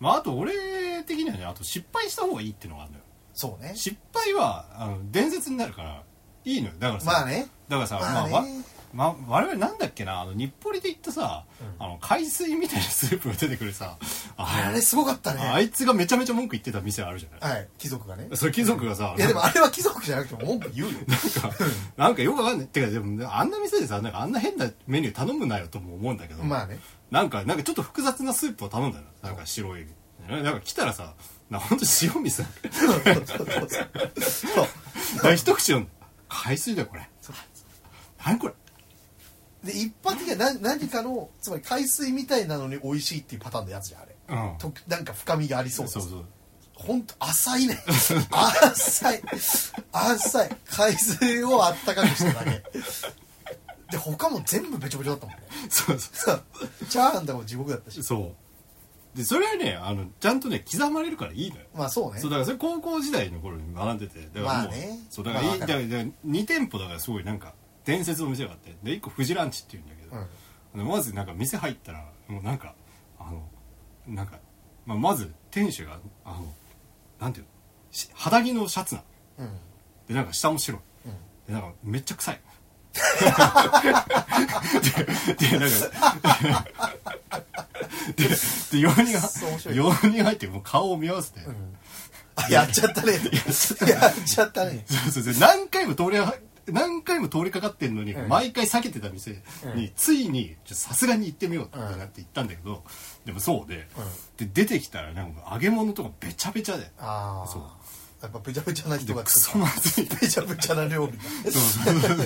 [SPEAKER 1] まああと俺的にはねあと失敗した方がいいっていうのがあるのよ
[SPEAKER 2] そうね
[SPEAKER 1] 失敗はあの伝説になるからいいのよだからさ、
[SPEAKER 2] まあね
[SPEAKER 1] だからさ、
[SPEAKER 2] ま
[SPEAKER 1] ま
[SPEAKER 2] あ
[SPEAKER 1] あ
[SPEAKER 2] ね
[SPEAKER 1] わま我々なんだっけなあの日暮里で行ったさ、
[SPEAKER 2] うん
[SPEAKER 1] あの海水みたいなスープが出てくるさあの
[SPEAKER 2] あれすごかったね
[SPEAKER 1] あいつがめちゃめちゃ文句言ってた店あるじゃない、
[SPEAKER 2] はい貴族がね
[SPEAKER 1] それ貴族がさ
[SPEAKER 2] いやでもあれは貴族じゃなくても文句言う よ
[SPEAKER 1] なんかなんかよくわかんないてかでもあんな店でさなんかあんな変なメニュー頼むなよとも思うんだけど、
[SPEAKER 2] まあね
[SPEAKER 1] なんかなんかちょっと複雑なスープを頼んだよなんか白いなんか来たらさな本当塩水
[SPEAKER 2] そうそうそうそう
[SPEAKER 1] で一口飲んだ海水だよこれ
[SPEAKER 2] そう
[SPEAKER 1] 何これ
[SPEAKER 2] で一般的には何何かのつまり海水みたいなのに美味しいっていうパターンのやつじゃんあれ
[SPEAKER 1] うん
[SPEAKER 2] となんか深みがありそうです
[SPEAKER 1] そうそう
[SPEAKER 2] ほんと浅いね浅い浅い海水をあったかくしただけで他も全部べちょべちょだったもんね
[SPEAKER 1] そうそ
[SPEAKER 2] さチャーハンとかも地獄だったし
[SPEAKER 1] うそうでそれはねあのちゃんとね刻まれるからいいのよ
[SPEAKER 2] まあそうね
[SPEAKER 1] そうだからそれ高校時代の頃に学んでてだからもう、
[SPEAKER 2] まあね
[SPEAKER 1] そうだから,、
[SPEAKER 2] まあ
[SPEAKER 1] いいだからだから2店舗だからすごいなんか伝説の店があってで1個フジランチっていうんだけど、でまずなんか店入ったらもうなんかあのなんか、まあ、まず店主があのなんていうのし肌着のシャツなの
[SPEAKER 2] うん、うん
[SPEAKER 1] でなんか下も白い
[SPEAKER 2] うん
[SPEAKER 1] でなんかめっちゃ臭い ででなんか でで4人が
[SPEAKER 2] そう面白い
[SPEAKER 1] 4人入ってもう顔を見合わせて、
[SPEAKER 2] うんあ やっちゃったねやっちゃったね
[SPEAKER 1] そうそうそう何回も通りは何回も通りかかってんのに、
[SPEAKER 2] うん
[SPEAKER 1] 毎回避けてた店に、
[SPEAKER 2] う
[SPEAKER 1] ついにちょっとさすがに行ってみようってなって行ったんだけど、でもそうで,、で出てきたらなんか揚げ物とかべちゃべちゃで
[SPEAKER 2] あ
[SPEAKER 1] そう
[SPEAKER 2] あやっぱべちゃべちゃな
[SPEAKER 1] で
[SPEAKER 2] 人が
[SPEAKER 1] クソまずい
[SPEAKER 2] べちゃべちゃな料理だ
[SPEAKER 1] そうそうそう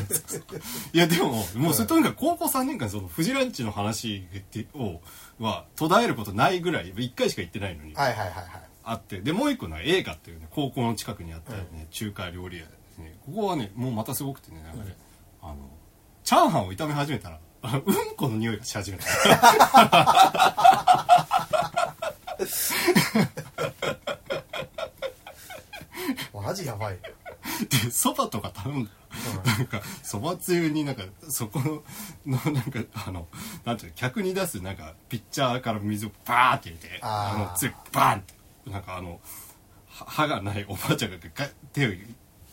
[SPEAKER 1] いやでももうそれとにかく高校3年間そのフジランチの話をは途絶えることないぐらい1回しか行ってないのに
[SPEAKER 2] はいはいはいはい
[SPEAKER 1] あってでもう一個の映華っていうね高校の近くにあったね、中華料理屋ですねここはねもうまたすごくてねなんかね、あのチャーハンを炒め始めたら あのうんこの匂いがし始めた
[SPEAKER 2] マジや ばい
[SPEAKER 1] でそばとか頼んだらなんかそばつゆになんかそこののなんかあのなんていうの客に出すなんかピッチャーから水をバーって入れて
[SPEAKER 2] あー
[SPEAKER 1] あのつゆバーンってなんかあのは歯がないおばあちゃんがが手を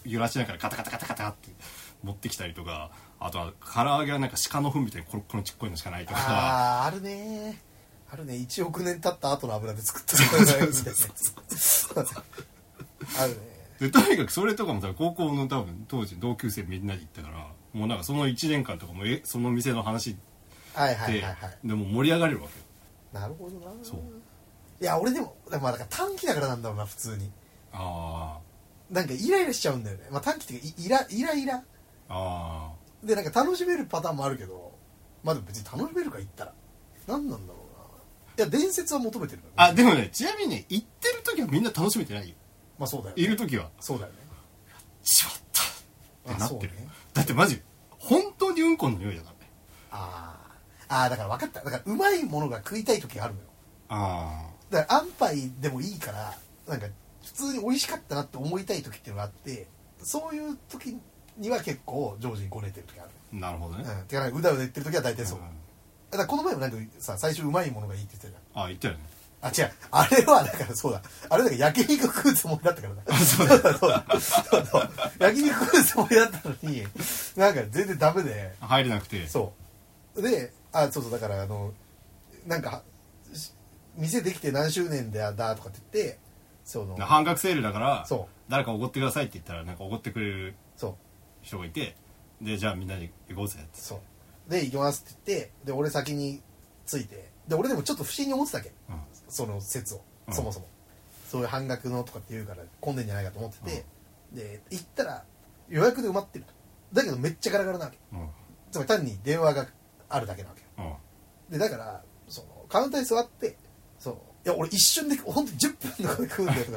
[SPEAKER 1] 揺らしながらガタガタガタガタって持ってきたりとかあとは唐揚げはなんか鹿の糞みたいにコロコロちっこいのしかないとか
[SPEAKER 2] あああるねあるね1億年経った後の油で作 ったあるね
[SPEAKER 1] でとにかくそれとかもさ高校の多分当時同級生みんなで行ったからもうなんかその1年間とかもえその店の話
[SPEAKER 2] はいはい
[SPEAKER 1] で、
[SPEAKER 2] はいはい
[SPEAKER 1] でも盛り上がれるわけよ
[SPEAKER 2] なるほどな
[SPEAKER 1] そう
[SPEAKER 2] いや俺でもでもまあだから短期だからなんだろうな普通に
[SPEAKER 1] あ
[SPEAKER 2] なんかイライラしちゃうんだよね、まあ、短期っていうかイイライライラ
[SPEAKER 1] ああ
[SPEAKER 2] でなんか楽しめるパターンもあるけどまあでも別に楽しめるか言ったら何なんだろうないや伝説は求めてるから
[SPEAKER 1] ああでもねちなみにね行ってる時はみんな楽しめてないよ
[SPEAKER 2] まあそうだよ、ね、
[SPEAKER 1] いる時は
[SPEAKER 2] そうだよね
[SPEAKER 1] しまったってなってる、
[SPEAKER 2] あそうね
[SPEAKER 1] だってマジ本当にうんこの匂いだからね
[SPEAKER 2] あーあーだから分かっただからうまいものが食いたい時があるのよ
[SPEAKER 1] あ
[SPEAKER 2] だから安牌でもいいからなんか普通に美味しかったなって思いたい時っていうのがあってそういう時には結構常時にこねてる時ある
[SPEAKER 1] あなるほどね、
[SPEAKER 2] うん、てかなんかうだうだ言ってる時は大体そう、
[SPEAKER 1] ん
[SPEAKER 2] だからこの前もなんかさ最初うまいものがいいって言ってたじゃん
[SPEAKER 1] あ言ったよね
[SPEAKER 2] あ違うあれはだからそうだあれだから焼肉食うつもりだったからだそうだそうだそうそう焼肉食うつもりだったのになんか全然ダメで
[SPEAKER 1] 入れなくて
[SPEAKER 2] そうであそうそうだからあのなんかし店できて何周年だだとかって言ってその
[SPEAKER 1] 半額セールだから
[SPEAKER 2] そ
[SPEAKER 1] 誰かおごってくださいって言ったらなんかおごってくれる
[SPEAKER 2] そう
[SPEAKER 1] 人がいてでじゃあみんなで行こうぜって
[SPEAKER 2] そうで行きますって言ってで俺先についてで俺でもちょっと不審に思ってたわけ
[SPEAKER 1] うん
[SPEAKER 2] その説を、
[SPEAKER 1] うん
[SPEAKER 2] そもそもそういう半額のとかって言うから混んでんじゃないかと思ってて、で行ったら予約で埋まってるだけどめっちゃガラガラなわけ
[SPEAKER 1] うん
[SPEAKER 2] つまり単に電話があるだけなわけよ
[SPEAKER 1] うん
[SPEAKER 2] でだからそのカウンターに座ってそういや俺一瞬で本当に10分とかで食うんだよと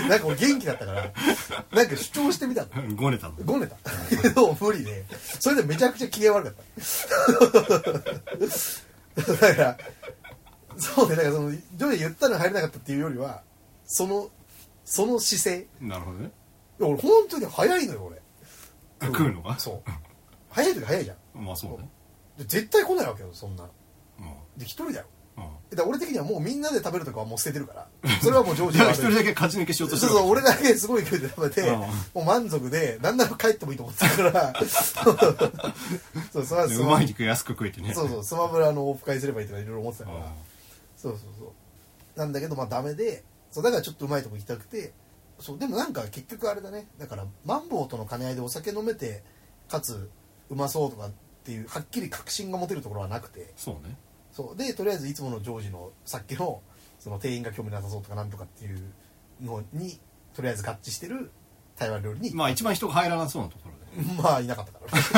[SPEAKER 2] かなんか俺元気だったからなんか主張してみたの
[SPEAKER 1] うん ごねたの
[SPEAKER 2] ご ねたけど無理でそれでめちゃくちゃ機嫌悪かっただからそうねだからそのジョイ言ったのに入れなかったっていうよりはそのその姿勢い
[SPEAKER 1] なるほどね
[SPEAKER 2] や俺本当に早いのよ俺
[SPEAKER 1] 食うのが
[SPEAKER 2] そう早い時早いじゃん
[SPEAKER 1] まあそうね
[SPEAKER 2] で絶対来ないわけよそんなの
[SPEAKER 1] うん
[SPEAKER 2] で一人だよ
[SPEAKER 1] う
[SPEAKER 2] だから俺的にはもうみんなで食べるとかはもう捨ててるからそれはもう常時
[SPEAKER 1] だ から一人
[SPEAKER 2] そう
[SPEAKER 1] だけ勝ち抜けしようとして
[SPEAKER 2] そう
[SPEAKER 1] るわけ
[SPEAKER 2] 俺だけすごい食いで食べて
[SPEAKER 1] うん
[SPEAKER 2] もう満足で何なら帰ってもいいと思ってたからそうそれは
[SPEAKER 1] で
[SPEAKER 2] ス
[SPEAKER 1] う
[SPEAKER 2] マ
[SPEAKER 1] まい肉安く食えてね
[SPEAKER 2] そうそうスマブラのオフ会すればいいとかいろいろ思ってたから
[SPEAKER 1] あ
[SPEAKER 2] そうそうそうなんだけどまあダメでそうだからちょっとうまいとこ行きたくてそうでもなんか結局あれだねだからマンボウとの兼ね合いでお酒飲めてかつうまそうとかっていうはっきり確信が持てるところはなくて
[SPEAKER 1] そうね
[SPEAKER 2] そうでとりあえずいつものジョージのさっきのその店員が興味なさそうとかなんとかっていうのにとりあえず合致してる台湾料理に、
[SPEAKER 1] まあ一番人が入らなそうなところで
[SPEAKER 2] まあいなかった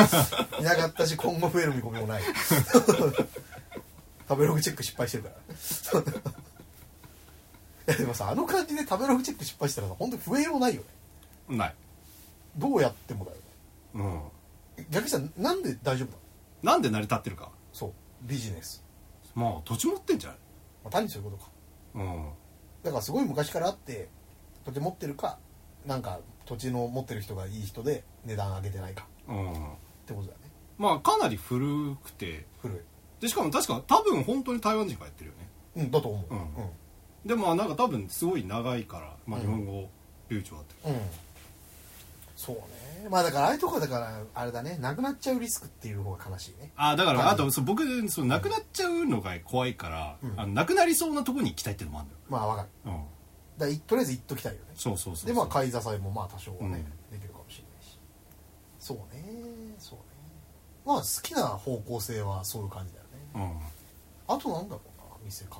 [SPEAKER 2] か らいなかったし今後増える見込みもない 食べログチェック失敗してるから いやでもさあの感じで食べログチェック失敗したらさ本当に増えようないよね
[SPEAKER 1] ない
[SPEAKER 2] どうやってもだよね
[SPEAKER 1] うん
[SPEAKER 2] 逆にさなんで大丈夫なの
[SPEAKER 1] なんで成り立ってるか
[SPEAKER 2] そうビジネス、
[SPEAKER 1] まあ土地持ってんじゃない
[SPEAKER 2] まあ、単にそういうことか
[SPEAKER 1] うん
[SPEAKER 2] だからすごい昔からあって土地持ってるかなんか土地の持ってる人がいい人で値段上げてないか
[SPEAKER 1] うん
[SPEAKER 2] ってことだよね
[SPEAKER 1] まあかなり古くて
[SPEAKER 2] 古い
[SPEAKER 1] でしかも確か多分本当に台湾人がやってるよね
[SPEAKER 2] うんだと思う
[SPEAKER 1] う
[SPEAKER 2] うん
[SPEAKER 1] でもまあなんか多分すごい長いから、まあ、日本語流暢だって
[SPEAKER 2] ん、うんそうねまあだからああいうとこはだからあれだねなくなっちゃうリスクっていう方が悲しいね
[SPEAKER 1] あだか
[SPEAKER 2] うん
[SPEAKER 1] らあとそう僕そのなくなっちゃうのが怖いから、
[SPEAKER 2] うん
[SPEAKER 1] あのなくなりそうなとこに行きたいっていうのもあるん
[SPEAKER 2] まあわかる
[SPEAKER 1] だよ、うん、
[SPEAKER 2] だからいとりあえず言っときたいよね
[SPEAKER 1] そうそうそうそう
[SPEAKER 2] でまあ買い支えもまあ多少は
[SPEAKER 1] う
[SPEAKER 2] ね、
[SPEAKER 1] ん
[SPEAKER 2] できるかもしれないしそうねそうねまあ好きな方向性はそういう感じだよね
[SPEAKER 1] うん
[SPEAKER 2] あとなんだろうな店関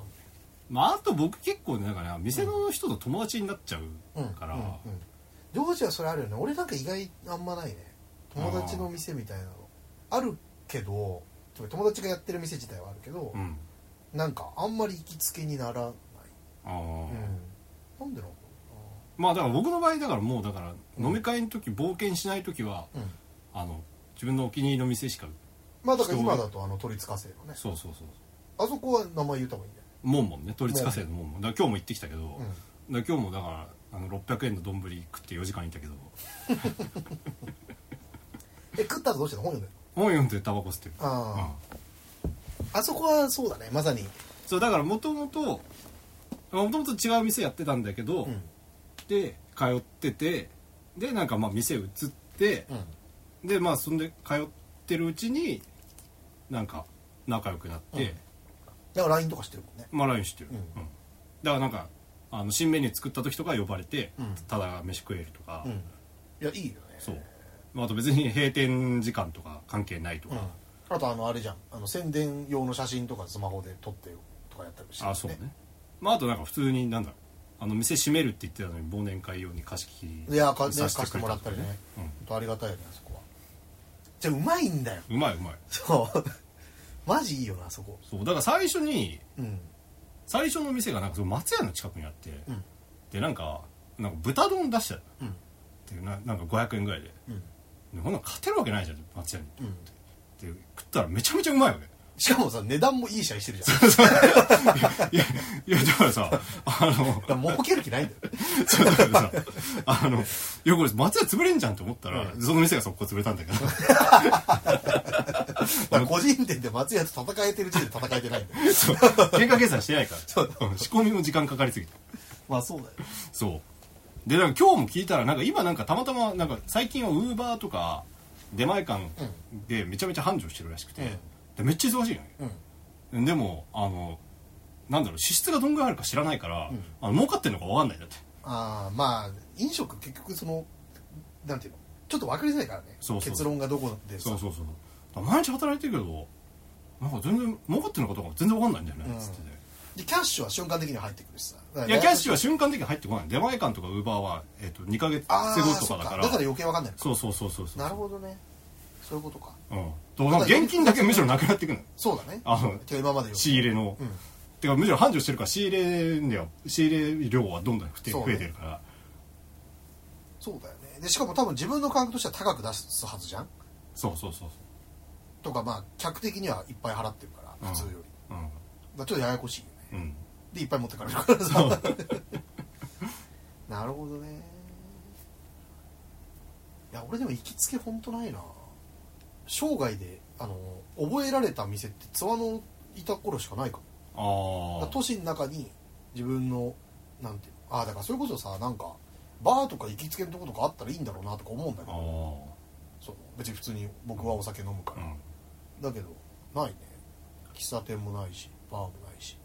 [SPEAKER 1] まあ、あと僕結構ねなんかね店の人と友達になっちゃ
[SPEAKER 2] 連
[SPEAKER 1] うから、
[SPEAKER 2] うんうんうんジョージはそれあるよね俺なんか意外あんまないね友達の店みたいなのあるけど友達がやってる店自体はあるけど、
[SPEAKER 1] うん
[SPEAKER 2] なんかあんまり行きつけにならない、
[SPEAKER 1] あー
[SPEAKER 2] うん、なんでなんだろ
[SPEAKER 1] まあだから僕の場合だからもうだから飲み会の時冒険しない時は
[SPEAKER 2] うな、うん、
[SPEAKER 1] あの自分のお気に入りの店しか
[SPEAKER 2] まあだから今だとあの鳥塚製のね
[SPEAKER 1] そうそうそう
[SPEAKER 2] あそこは名前言った方がいいんだよ
[SPEAKER 1] モンモンね取り付かせのモンモンだから今日も行ってきたけど、
[SPEAKER 2] うん
[SPEAKER 1] だから今日もだからあの600円の丼食って4時間いたけど
[SPEAKER 2] え食った後どうしたの本読んでる
[SPEAKER 1] 本読んでタバコ吸ってる
[SPEAKER 2] あ
[SPEAKER 1] う
[SPEAKER 2] ー
[SPEAKER 1] ん
[SPEAKER 2] あそこはそうだねまさに
[SPEAKER 1] そうだからもともともともと違う店やってたんだけど、
[SPEAKER 2] うん
[SPEAKER 1] で通っててでなんかまあ店移って
[SPEAKER 2] う、ん
[SPEAKER 1] でまあそんで通ってるうちになんか仲良くなって、
[SPEAKER 2] だから LINE とかしてるもんね
[SPEAKER 1] まあ LINE してる、
[SPEAKER 2] うん
[SPEAKER 1] だからなんかあの新メニュー作った時とか呼ばれて、
[SPEAKER 2] うん
[SPEAKER 1] ただ飯食えるとか、
[SPEAKER 2] うんいやいいよね
[SPEAKER 1] そう、まあ、あと別に閉店時間とか関係ないと
[SPEAKER 2] うん
[SPEAKER 1] か、
[SPEAKER 2] あとあのあれじゃんあの宣伝用の写真とかスマホで撮ってよとかやったりもしてる
[SPEAKER 1] あそうねまああとなんか普通になんだろうあの店閉めるって言ってたのに忘年会用に貸し切り
[SPEAKER 2] いやか、ね、
[SPEAKER 1] さ
[SPEAKER 2] 貸
[SPEAKER 1] せて
[SPEAKER 2] して
[SPEAKER 1] くれ
[SPEAKER 2] も
[SPEAKER 1] た
[SPEAKER 2] らっ
[SPEAKER 1] とか
[SPEAKER 2] たりね
[SPEAKER 1] うん
[SPEAKER 2] 本当ありがたいよねあそこはじゃあうまいんだよ
[SPEAKER 1] うまいうまい
[SPEAKER 2] そうマジいいよなあそこ
[SPEAKER 1] そうだから最初に
[SPEAKER 2] うん
[SPEAKER 1] 最初の店がなんかその松屋の近くにあって、
[SPEAKER 2] うん
[SPEAKER 1] でなんかなんか豚丼出したっ
[SPEAKER 2] うん
[SPEAKER 1] ていうななんか500円ぐらいで
[SPEAKER 2] うん
[SPEAKER 1] でこんなん勝てるわけないじゃん松屋に
[SPEAKER 2] うん
[SPEAKER 1] で食ったらめちゃめちゃうまいわけ
[SPEAKER 2] しかもさ値段もいい試合してるじゃん
[SPEAKER 1] いやいやだからさあの
[SPEAKER 2] だから儲ける気ないんだよ
[SPEAKER 1] そうだからさあのいやこれ松屋潰れんじゃんと思ったら、
[SPEAKER 2] うん
[SPEAKER 1] その店がそこ潰れたんだけど
[SPEAKER 2] だから個人店で松屋と戦えてる時点で戦えてないんだよ
[SPEAKER 1] そう原価計算してないからうん仕込みも時間かかりすぎた
[SPEAKER 2] まあそうだよ
[SPEAKER 1] そうでなんか今日も聞いたらなんか今なんかたまたまなんか最近はウーバーとか出前館でめちゃめちゃ繁盛してるらしくて、
[SPEAKER 2] うん
[SPEAKER 1] でめっちゃ忙しいのよ、
[SPEAKER 2] うん
[SPEAKER 1] でもあのなんだろう支出がどんぐらいあるか知らないから、
[SPEAKER 2] うん
[SPEAKER 1] あの儲かってんのか分かんないんだって
[SPEAKER 2] ああまあ飲食結局そのなんていうのちょっと分かりづらいからね
[SPEAKER 1] そうそう
[SPEAKER 2] 結論がどこでさ
[SPEAKER 1] そうそうそうだから毎日働いてるけどなんか全然儲かってんのかとか全然分かんないんだよね、
[SPEAKER 2] うん
[SPEAKER 1] つってて
[SPEAKER 2] でキャッシュは瞬間的には入ってくるしさだから
[SPEAKER 1] いやキャッシュは瞬間的に入ってこない出前館とかウーバーは、えっと2ヶ月
[SPEAKER 2] あー
[SPEAKER 1] 後とかだ
[SPEAKER 2] そっ
[SPEAKER 1] か
[SPEAKER 2] からだから余計分かんないのか
[SPEAKER 1] そうそうそうそうそう
[SPEAKER 2] なるほどねそういうことか
[SPEAKER 1] うんとなんか現金だけむしろなくなっていくの
[SPEAKER 2] そうだね
[SPEAKER 1] あの
[SPEAKER 2] てか今までより
[SPEAKER 1] 仕入れの、
[SPEAKER 2] うん
[SPEAKER 1] てかむしろ繁盛してるから仕入れ量仕入れ量はどんどん増えて
[SPEAKER 2] そう
[SPEAKER 1] 増
[SPEAKER 2] ね
[SPEAKER 1] えてるから
[SPEAKER 2] そうだよねでしかも多分自分の感覚としては高く出すはずじゃん
[SPEAKER 1] そうそうそう
[SPEAKER 2] とかまあ客的にはいっぱい払ってるから
[SPEAKER 1] うん
[SPEAKER 2] 普通より、
[SPEAKER 1] そ
[SPEAKER 2] だか
[SPEAKER 1] う
[SPEAKER 2] らちょっとややこしい
[SPEAKER 1] うん
[SPEAKER 2] よね
[SPEAKER 1] うん
[SPEAKER 2] でいっぱい持ってかれるから
[SPEAKER 1] そ
[SPEAKER 2] さ
[SPEAKER 1] う
[SPEAKER 2] なるほどねいや俺でも行きつけほんとないな生涯であの覚えられた店ってツワのいた頃しかないかも
[SPEAKER 1] あ
[SPEAKER 2] だから
[SPEAKER 1] あ
[SPEAKER 2] 都市の中に自分のなんていうのああだからそれこそさなんかバーとか行きつけのとことかあったらいいんだろうなとか思うんだけ
[SPEAKER 1] あ
[SPEAKER 2] ど
[SPEAKER 1] ー
[SPEAKER 2] その別に普通に僕はお酒飲むか
[SPEAKER 1] う
[SPEAKER 2] ら、
[SPEAKER 1] ん
[SPEAKER 2] だけどないね喫茶店もないしバーもないし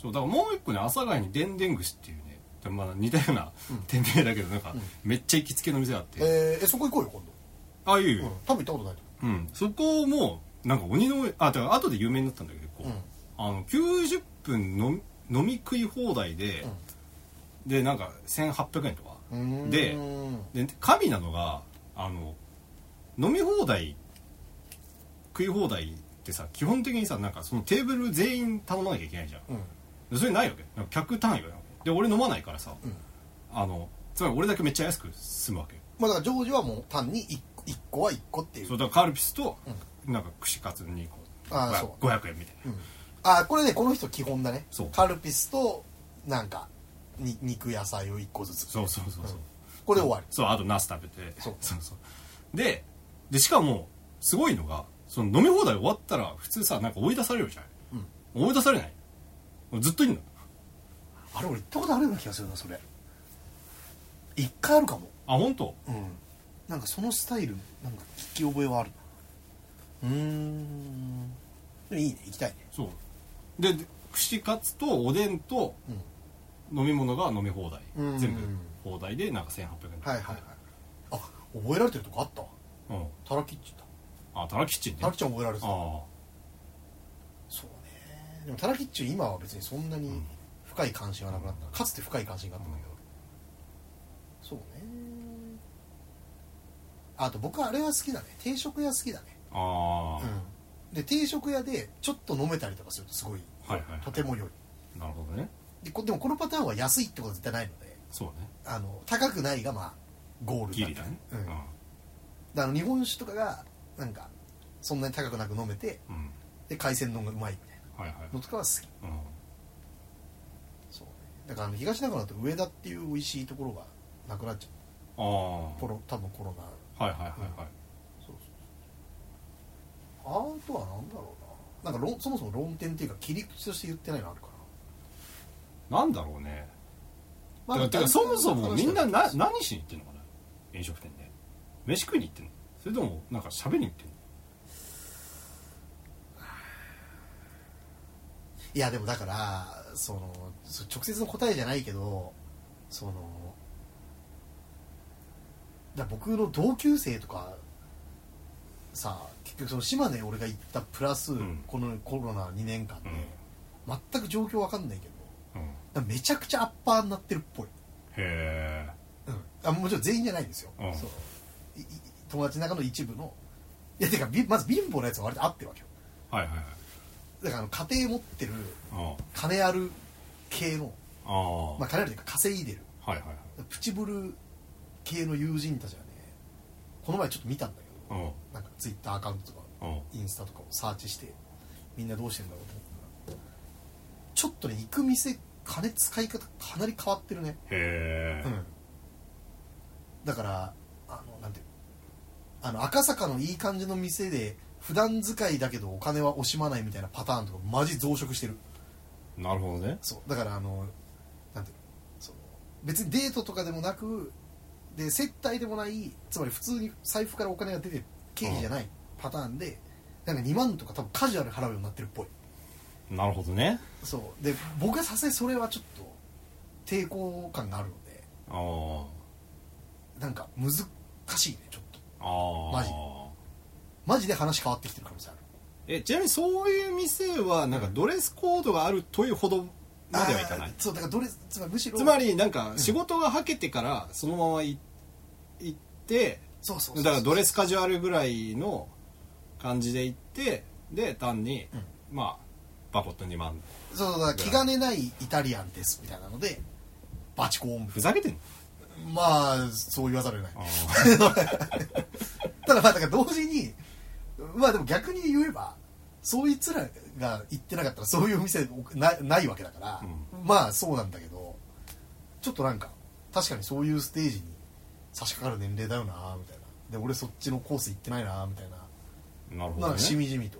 [SPEAKER 1] そうだからもう一個ね阿佐ヶ谷にでんでん串っていうねでまあ似たような
[SPEAKER 2] うん
[SPEAKER 1] 店名だけどなんか
[SPEAKER 2] うん
[SPEAKER 1] めっちゃ行きつけの店あって、
[SPEAKER 2] えー、えそこ行こうよ今
[SPEAKER 1] ああいう
[SPEAKER 2] 度、うん、多分行ったことないと
[SPEAKER 1] うん、そこもなんか鬼の上あだから後で有名になったんだけど
[SPEAKER 2] 思
[SPEAKER 1] 結
[SPEAKER 2] う、うん
[SPEAKER 1] 構、あの90分の飲み食い放題で、でなんか1800円とか
[SPEAKER 2] うん
[SPEAKER 1] で
[SPEAKER 2] うん
[SPEAKER 1] で神なのがあの飲み放題食い放題ってさ基本的にさなんかそのテーブル全員頼まなきゃいけないじゃん
[SPEAKER 2] うん
[SPEAKER 1] でそれないわけなんか客単位がないわけで俺飲まないからさ、
[SPEAKER 2] うん
[SPEAKER 1] あのつまり俺だけめっちゃ安く済むわけ
[SPEAKER 2] まあだからジョージはもう単に 1, 個は1個っていう
[SPEAKER 1] そうだからカルピスとなんか串カツにこう
[SPEAKER 2] あー
[SPEAKER 1] 500
[SPEAKER 2] そう
[SPEAKER 1] 500円みたいな
[SPEAKER 2] うんあこれねこの人基本だね
[SPEAKER 1] そう
[SPEAKER 2] カルピスとなんかに肉野菜を1個ずつ
[SPEAKER 1] そうそうそうそう、
[SPEAKER 2] んこれで終わり
[SPEAKER 1] そうあとナス食べて
[SPEAKER 2] そう
[SPEAKER 1] そうそうででしかもすごいのがその飲み放題終わったら普通さなんか追い出されるじゃない、追い出されないずっといんの
[SPEAKER 2] あれ俺行ったことあるような気がするなそれ1回あるかも
[SPEAKER 1] あ本当
[SPEAKER 2] うんなんかそのスタイルなんか聞き覚えはあるなうーんでもいいね行きたいね
[SPEAKER 1] そうでで串カツとおでんと飲み物が飲み放題、
[SPEAKER 2] うん
[SPEAKER 1] 全部放題でなんか1800円
[SPEAKER 2] はいはいはいあ覚えられてるとこあったわ
[SPEAKER 1] うん
[SPEAKER 2] タラキッチンだ
[SPEAKER 1] あタラキッチンね
[SPEAKER 2] タラキッチン覚えられてた
[SPEAKER 1] あ
[SPEAKER 2] そうねでもタラキッチュ今は別にそんなに深い関心はなくなった、かつて深い関心があったんだけど、そうねあと僕はあれは好きだね定食屋好きだね、
[SPEAKER 1] あああ、
[SPEAKER 2] うん、で定食屋でちょっと飲めたりとかするとすごい、
[SPEAKER 1] はいはいはい
[SPEAKER 2] とても良い
[SPEAKER 1] なるほどね
[SPEAKER 2] でこでもこのパターンは安いってことは絶対ないので
[SPEAKER 1] そうね
[SPEAKER 2] あの高くないがまあゴール
[SPEAKER 1] ギ
[SPEAKER 2] だ
[SPEAKER 1] リ
[SPEAKER 2] ね
[SPEAKER 1] だね
[SPEAKER 2] うん、だから日本酒とかがなんかそんなに高くなく飲めて
[SPEAKER 1] うん、うん、
[SPEAKER 2] で海鮮丼がうまいみた
[SPEAKER 1] は
[SPEAKER 2] い
[SPEAKER 1] いはい
[SPEAKER 2] なのとかは好き
[SPEAKER 1] うん
[SPEAKER 2] そうねだからあの東中野と上田っていう美味しいところがなくなっちゃ
[SPEAKER 1] あ
[SPEAKER 2] う
[SPEAKER 1] あ
[SPEAKER 2] コロ多分コロナ
[SPEAKER 1] はいはいはいはい、
[SPEAKER 2] そうそうそうあとは何だろうななんか論そもそも論点っていうか切り口として言ってないのあるか
[SPEAKER 1] なんだろうね
[SPEAKER 2] な、
[SPEAKER 1] だからだからそもそもみんなな
[SPEAKER 2] そう
[SPEAKER 1] 何しに行ってんのかな飲食店で飯食いに行ってんのそれともなんか喋りに行ってんの
[SPEAKER 2] いやでもだからそのそう直接の答えじゃないけどそのだから僕の同級生とかさ結局その島根俺が行ったプラス、
[SPEAKER 1] ん
[SPEAKER 2] このコロナ2年間で、
[SPEAKER 1] う
[SPEAKER 2] 全く状況わかんないけど
[SPEAKER 1] ん、うん、へ
[SPEAKER 2] だからめちゃくちゃアッパーになってるっぽい、
[SPEAKER 1] え
[SPEAKER 2] あもちろん全員じゃないんですよ、
[SPEAKER 1] うん
[SPEAKER 2] そういい友達の中の一部のいやてかびまず貧乏なやつは割と合ってるわけよ
[SPEAKER 1] はいはいはい
[SPEAKER 2] だからあの家庭持ってる
[SPEAKER 1] あ
[SPEAKER 2] 金ある系の、
[SPEAKER 1] ああ、
[SPEAKER 2] まあ、金あるというか稼いでる
[SPEAKER 1] はいはいはい
[SPEAKER 2] プチブル系の友人たちはねこの前ちょっと見たんだけ
[SPEAKER 1] う
[SPEAKER 2] ど、
[SPEAKER 1] ん
[SPEAKER 2] なんかツイッターアカウントとか
[SPEAKER 1] うん
[SPEAKER 2] インスタとかをサーチしてみんなどうしてんだろうと思ったらちょっとね行く店金使い方かなり変わってるね
[SPEAKER 1] へえ、
[SPEAKER 2] だからあのなんていうのあの赤坂のいい感じの店で普段使いだけどお金は惜しまないみたいなパターンとかマジ増殖してる
[SPEAKER 1] なるほどね
[SPEAKER 2] そうだからあのなんていうのその別にデートとかでもなくで接待でもないつまり普通に財布からお金が出て経費じゃないパターンでなんか2万とか多分カジュアルで払うようになってるっぽい
[SPEAKER 1] なるほどね
[SPEAKER 2] そうで僕はさすがにそれはちょっと抵抗感があるので
[SPEAKER 1] ああ
[SPEAKER 2] なんか難しいねちょっと
[SPEAKER 1] ああ
[SPEAKER 2] マジマジで話変わってきてる可能性ある
[SPEAKER 1] えちなみにそういう店はなんかドレスコードがあるというほどまではいかない
[SPEAKER 2] あーそうだからどれつまりむしろ
[SPEAKER 1] つまりなんか仕事がはけてからそのままい行って
[SPEAKER 2] そうそうそう
[SPEAKER 1] だからドレスカジュアルぐらいの感じで行ってで単に、まあバコット2万
[SPEAKER 2] そうそうだから気兼ねないイタリアンですみたいなのでバチコーン
[SPEAKER 1] ふざけてんの
[SPEAKER 2] まあそう言わざるを得ない
[SPEAKER 1] あ
[SPEAKER 2] ただまあだから同時にまあでも逆に言えばそいつらが行ってなかったらそういうお店なないわけだから、まあそうなんだけどちょっとなんか確かにそういうステージに差し掛かる年齢だよなみたいなで俺そっちのコース行ってないなみたいな
[SPEAKER 1] ーなるほ
[SPEAKER 2] なん
[SPEAKER 1] どね
[SPEAKER 2] かしみじみと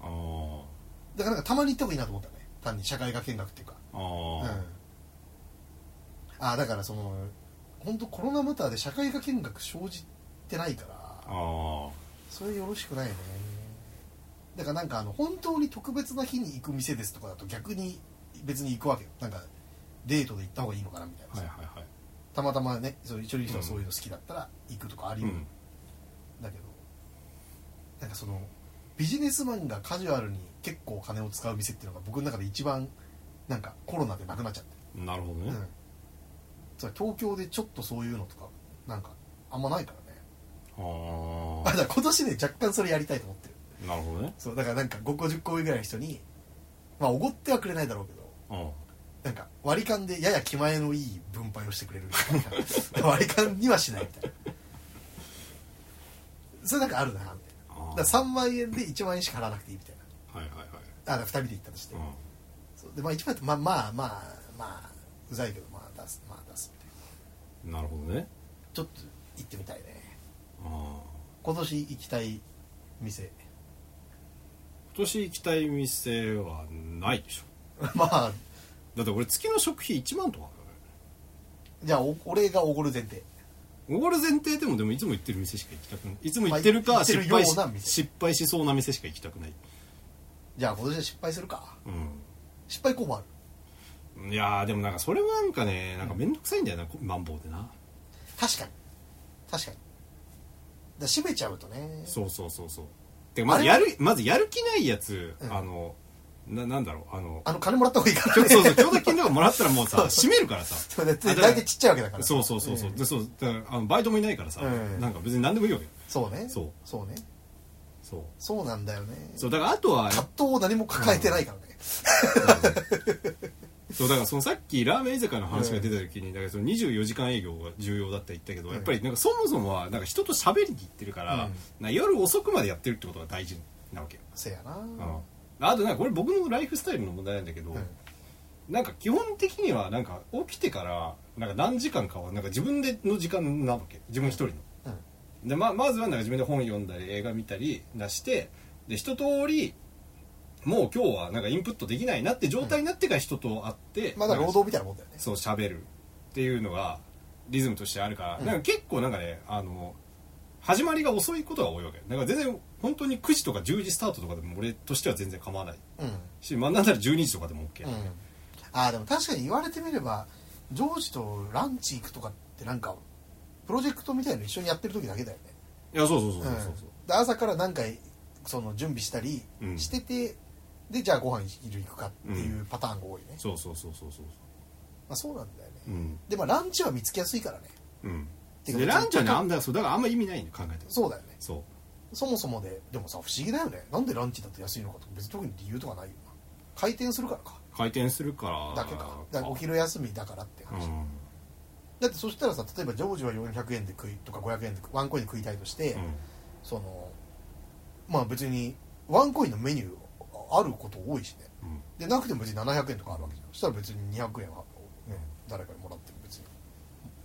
[SPEAKER 1] あー
[SPEAKER 2] だからなんかたまに行った方がいいなと思ったね単に社会科見学っていうか
[SPEAKER 1] あ
[SPEAKER 2] うん
[SPEAKER 1] ー
[SPEAKER 2] あだからその本当コロナムタで社会科見学生じてないから
[SPEAKER 1] あ
[SPEAKER 2] それよろしくないよねだからなんかあの本当に特別な日に行く店ですとかだと逆に別に行くわけよなんかデートで行った方がいいのかなみたいな
[SPEAKER 1] ーは
[SPEAKER 2] さ、
[SPEAKER 1] いはいはい
[SPEAKER 2] たまたまねそう一人人はそういうの好きだったら行くとかあり
[SPEAKER 1] う
[SPEAKER 2] 得る
[SPEAKER 1] ん
[SPEAKER 2] だけどなんかそのビジネスマンがカジュアルに結構金を使う店っていうのが僕の中で一番なんかコロナでなくなっちゃって
[SPEAKER 1] なるほどね、
[SPEAKER 2] うんつまり東京でちょっとそういうのとかなんかあんまないからねあ
[SPEAKER 1] あ
[SPEAKER 2] だから今年ね若干それやりたいと思ってる
[SPEAKER 1] あなるほどね
[SPEAKER 2] そうだからなんか5個10個上ぐらいの人にまあおごってはくれないだろうけ
[SPEAKER 1] う
[SPEAKER 2] ど
[SPEAKER 1] ん
[SPEAKER 2] なんか割り勘でやや気前のいい分配をしてくれるみたいな割り勘にはしないみたいなそれなんかあるなみたい
[SPEAKER 1] あ
[SPEAKER 2] な
[SPEAKER 1] ー
[SPEAKER 2] だから3万円で1万円しか払わなくていいみたい
[SPEAKER 1] はいはいはい
[SPEAKER 2] なあだから2人で行ったとして、
[SPEAKER 1] うん
[SPEAKER 2] そうでまあ1万円ってまあまあまあまあうざいけどまあ出すまあ出すみた
[SPEAKER 1] な
[SPEAKER 2] いな
[SPEAKER 1] るほどね
[SPEAKER 2] ちょっと行ってみたいね
[SPEAKER 1] ああ
[SPEAKER 2] 今年行きたい店
[SPEAKER 1] 今年行きたい店はないでしょ
[SPEAKER 2] まあ
[SPEAKER 1] だって俺月の食費1万とか
[SPEAKER 2] じゃあお俺がおごる前提
[SPEAKER 1] おごる前提でもでもいつも行ってる店しか行きたくないいつも行ってる
[SPEAKER 2] ま
[SPEAKER 1] か
[SPEAKER 2] あ行って
[SPEAKER 1] 失
[SPEAKER 2] るよう
[SPEAKER 1] 敗し
[SPEAKER 2] な店
[SPEAKER 1] 失敗しそうな店しか行きたくない
[SPEAKER 2] じゃあ今年は失敗するか
[SPEAKER 1] う
[SPEAKER 2] 失敗候補ある
[SPEAKER 1] んいやーでもなんかそれもなんかねなんか面倒くさいんだよなこマンボウでな
[SPEAKER 2] 確かに確かにだから閉めちゃうとね
[SPEAKER 1] そうそうそうそうてかま
[SPEAKER 2] あ
[SPEAKER 1] ず
[SPEAKER 2] れは
[SPEAKER 1] やるまずやる気ないやつ、
[SPEAKER 2] うん
[SPEAKER 1] あのななんだろうあの
[SPEAKER 2] あの金もらった方がいいから
[SPEAKER 1] そう
[SPEAKER 2] ね
[SPEAKER 1] そうそう協力金とかもらったらもうさ閉めるからさ
[SPEAKER 2] そうだっ
[SPEAKER 1] あ
[SPEAKER 2] て
[SPEAKER 1] だから
[SPEAKER 2] 大体ちっちゃいわけだから
[SPEAKER 1] そうそうそうそう、
[SPEAKER 2] ん
[SPEAKER 1] でそうだからあのバイトもいないからさ、
[SPEAKER 2] うん
[SPEAKER 1] なんか別に何でもいいわけよ
[SPEAKER 2] そうね
[SPEAKER 1] そう
[SPEAKER 2] そうね
[SPEAKER 1] そう
[SPEAKER 2] そうなんだよね
[SPEAKER 1] そうだからあとは
[SPEAKER 2] 葛藤を何も抱えてないからね、
[SPEAKER 1] そうだからそのさっきラーメン居酒屋の話が出た時に、だからその24時間営業が重要だって言ったけど、
[SPEAKER 2] うん
[SPEAKER 1] やっぱりなんかそもそもはなんか人と喋りに行ってるから、
[SPEAKER 2] うん
[SPEAKER 1] なんか夜遅くまでやってるってことが大事なわけよ、
[SPEAKER 2] せやな、
[SPEAKER 1] うんあとなんかこれ僕のライフスタイルの問題なんだけど、
[SPEAKER 2] うん
[SPEAKER 1] なんか基本的にはなんか起きてからなんか何時間かはなんか自分での時間なわけ自分一人の。
[SPEAKER 2] うん
[SPEAKER 1] でままずはなんか自分で本読んだり映画見たりなしてで一通りもう今日はなんかインプットできないなって状態になってから人と会って、
[SPEAKER 2] まあだから労働みたいなもんだよね
[SPEAKER 1] そう喋るっていうのがリズムとしてあるから、
[SPEAKER 2] うん
[SPEAKER 1] なんか結構なんかねあの始まりが遅いことが多いわけだから全然本当に9時とか10時スタートとかでも俺としては全然構わない
[SPEAKER 2] うん
[SPEAKER 1] し、まあ、なんなら12時とかでも OK、
[SPEAKER 2] うんああでも確かに言われてみればジョージとランチ行くとかってなんかプロジェクトみたいの一緒にやってる時だけだよね
[SPEAKER 1] いやそうそうそう
[SPEAKER 2] う
[SPEAKER 1] そ
[SPEAKER 2] ん
[SPEAKER 1] うそうそう、
[SPEAKER 2] で朝から何回その準備したり
[SPEAKER 1] うん
[SPEAKER 2] してて、でじゃあご飯昼行くかっていうパターンが多いね、
[SPEAKER 1] そうそうそうそうそう
[SPEAKER 2] まあ、そうなんだよね、
[SPEAKER 1] うん
[SPEAKER 2] でもランチは見つけやすいからね
[SPEAKER 1] うん
[SPEAKER 2] てか
[SPEAKER 1] でランチはね
[SPEAKER 2] ちょっと
[SPEAKER 1] あんだそうだからあんま意味ないの考えて
[SPEAKER 2] そうだよね
[SPEAKER 1] そう
[SPEAKER 2] そもそもででもさ不思議だよねなんでランチだと安いのかとか別に特に理由とかないよな回転するからか
[SPEAKER 1] 回転するから
[SPEAKER 2] だけかだからお昼休みだからって
[SPEAKER 1] う
[SPEAKER 2] 話、
[SPEAKER 1] ん
[SPEAKER 2] だってそしたらさ例えばジョージは400円で食いとか500円でワンコインで食いたいとして、
[SPEAKER 1] うん
[SPEAKER 2] そのまあ別にワンコインのメニューあること多いしね
[SPEAKER 1] うん
[SPEAKER 2] でなくても別に700円とかあるわけじゃんそしたら別に200円は、ね、誰かにもらっても別に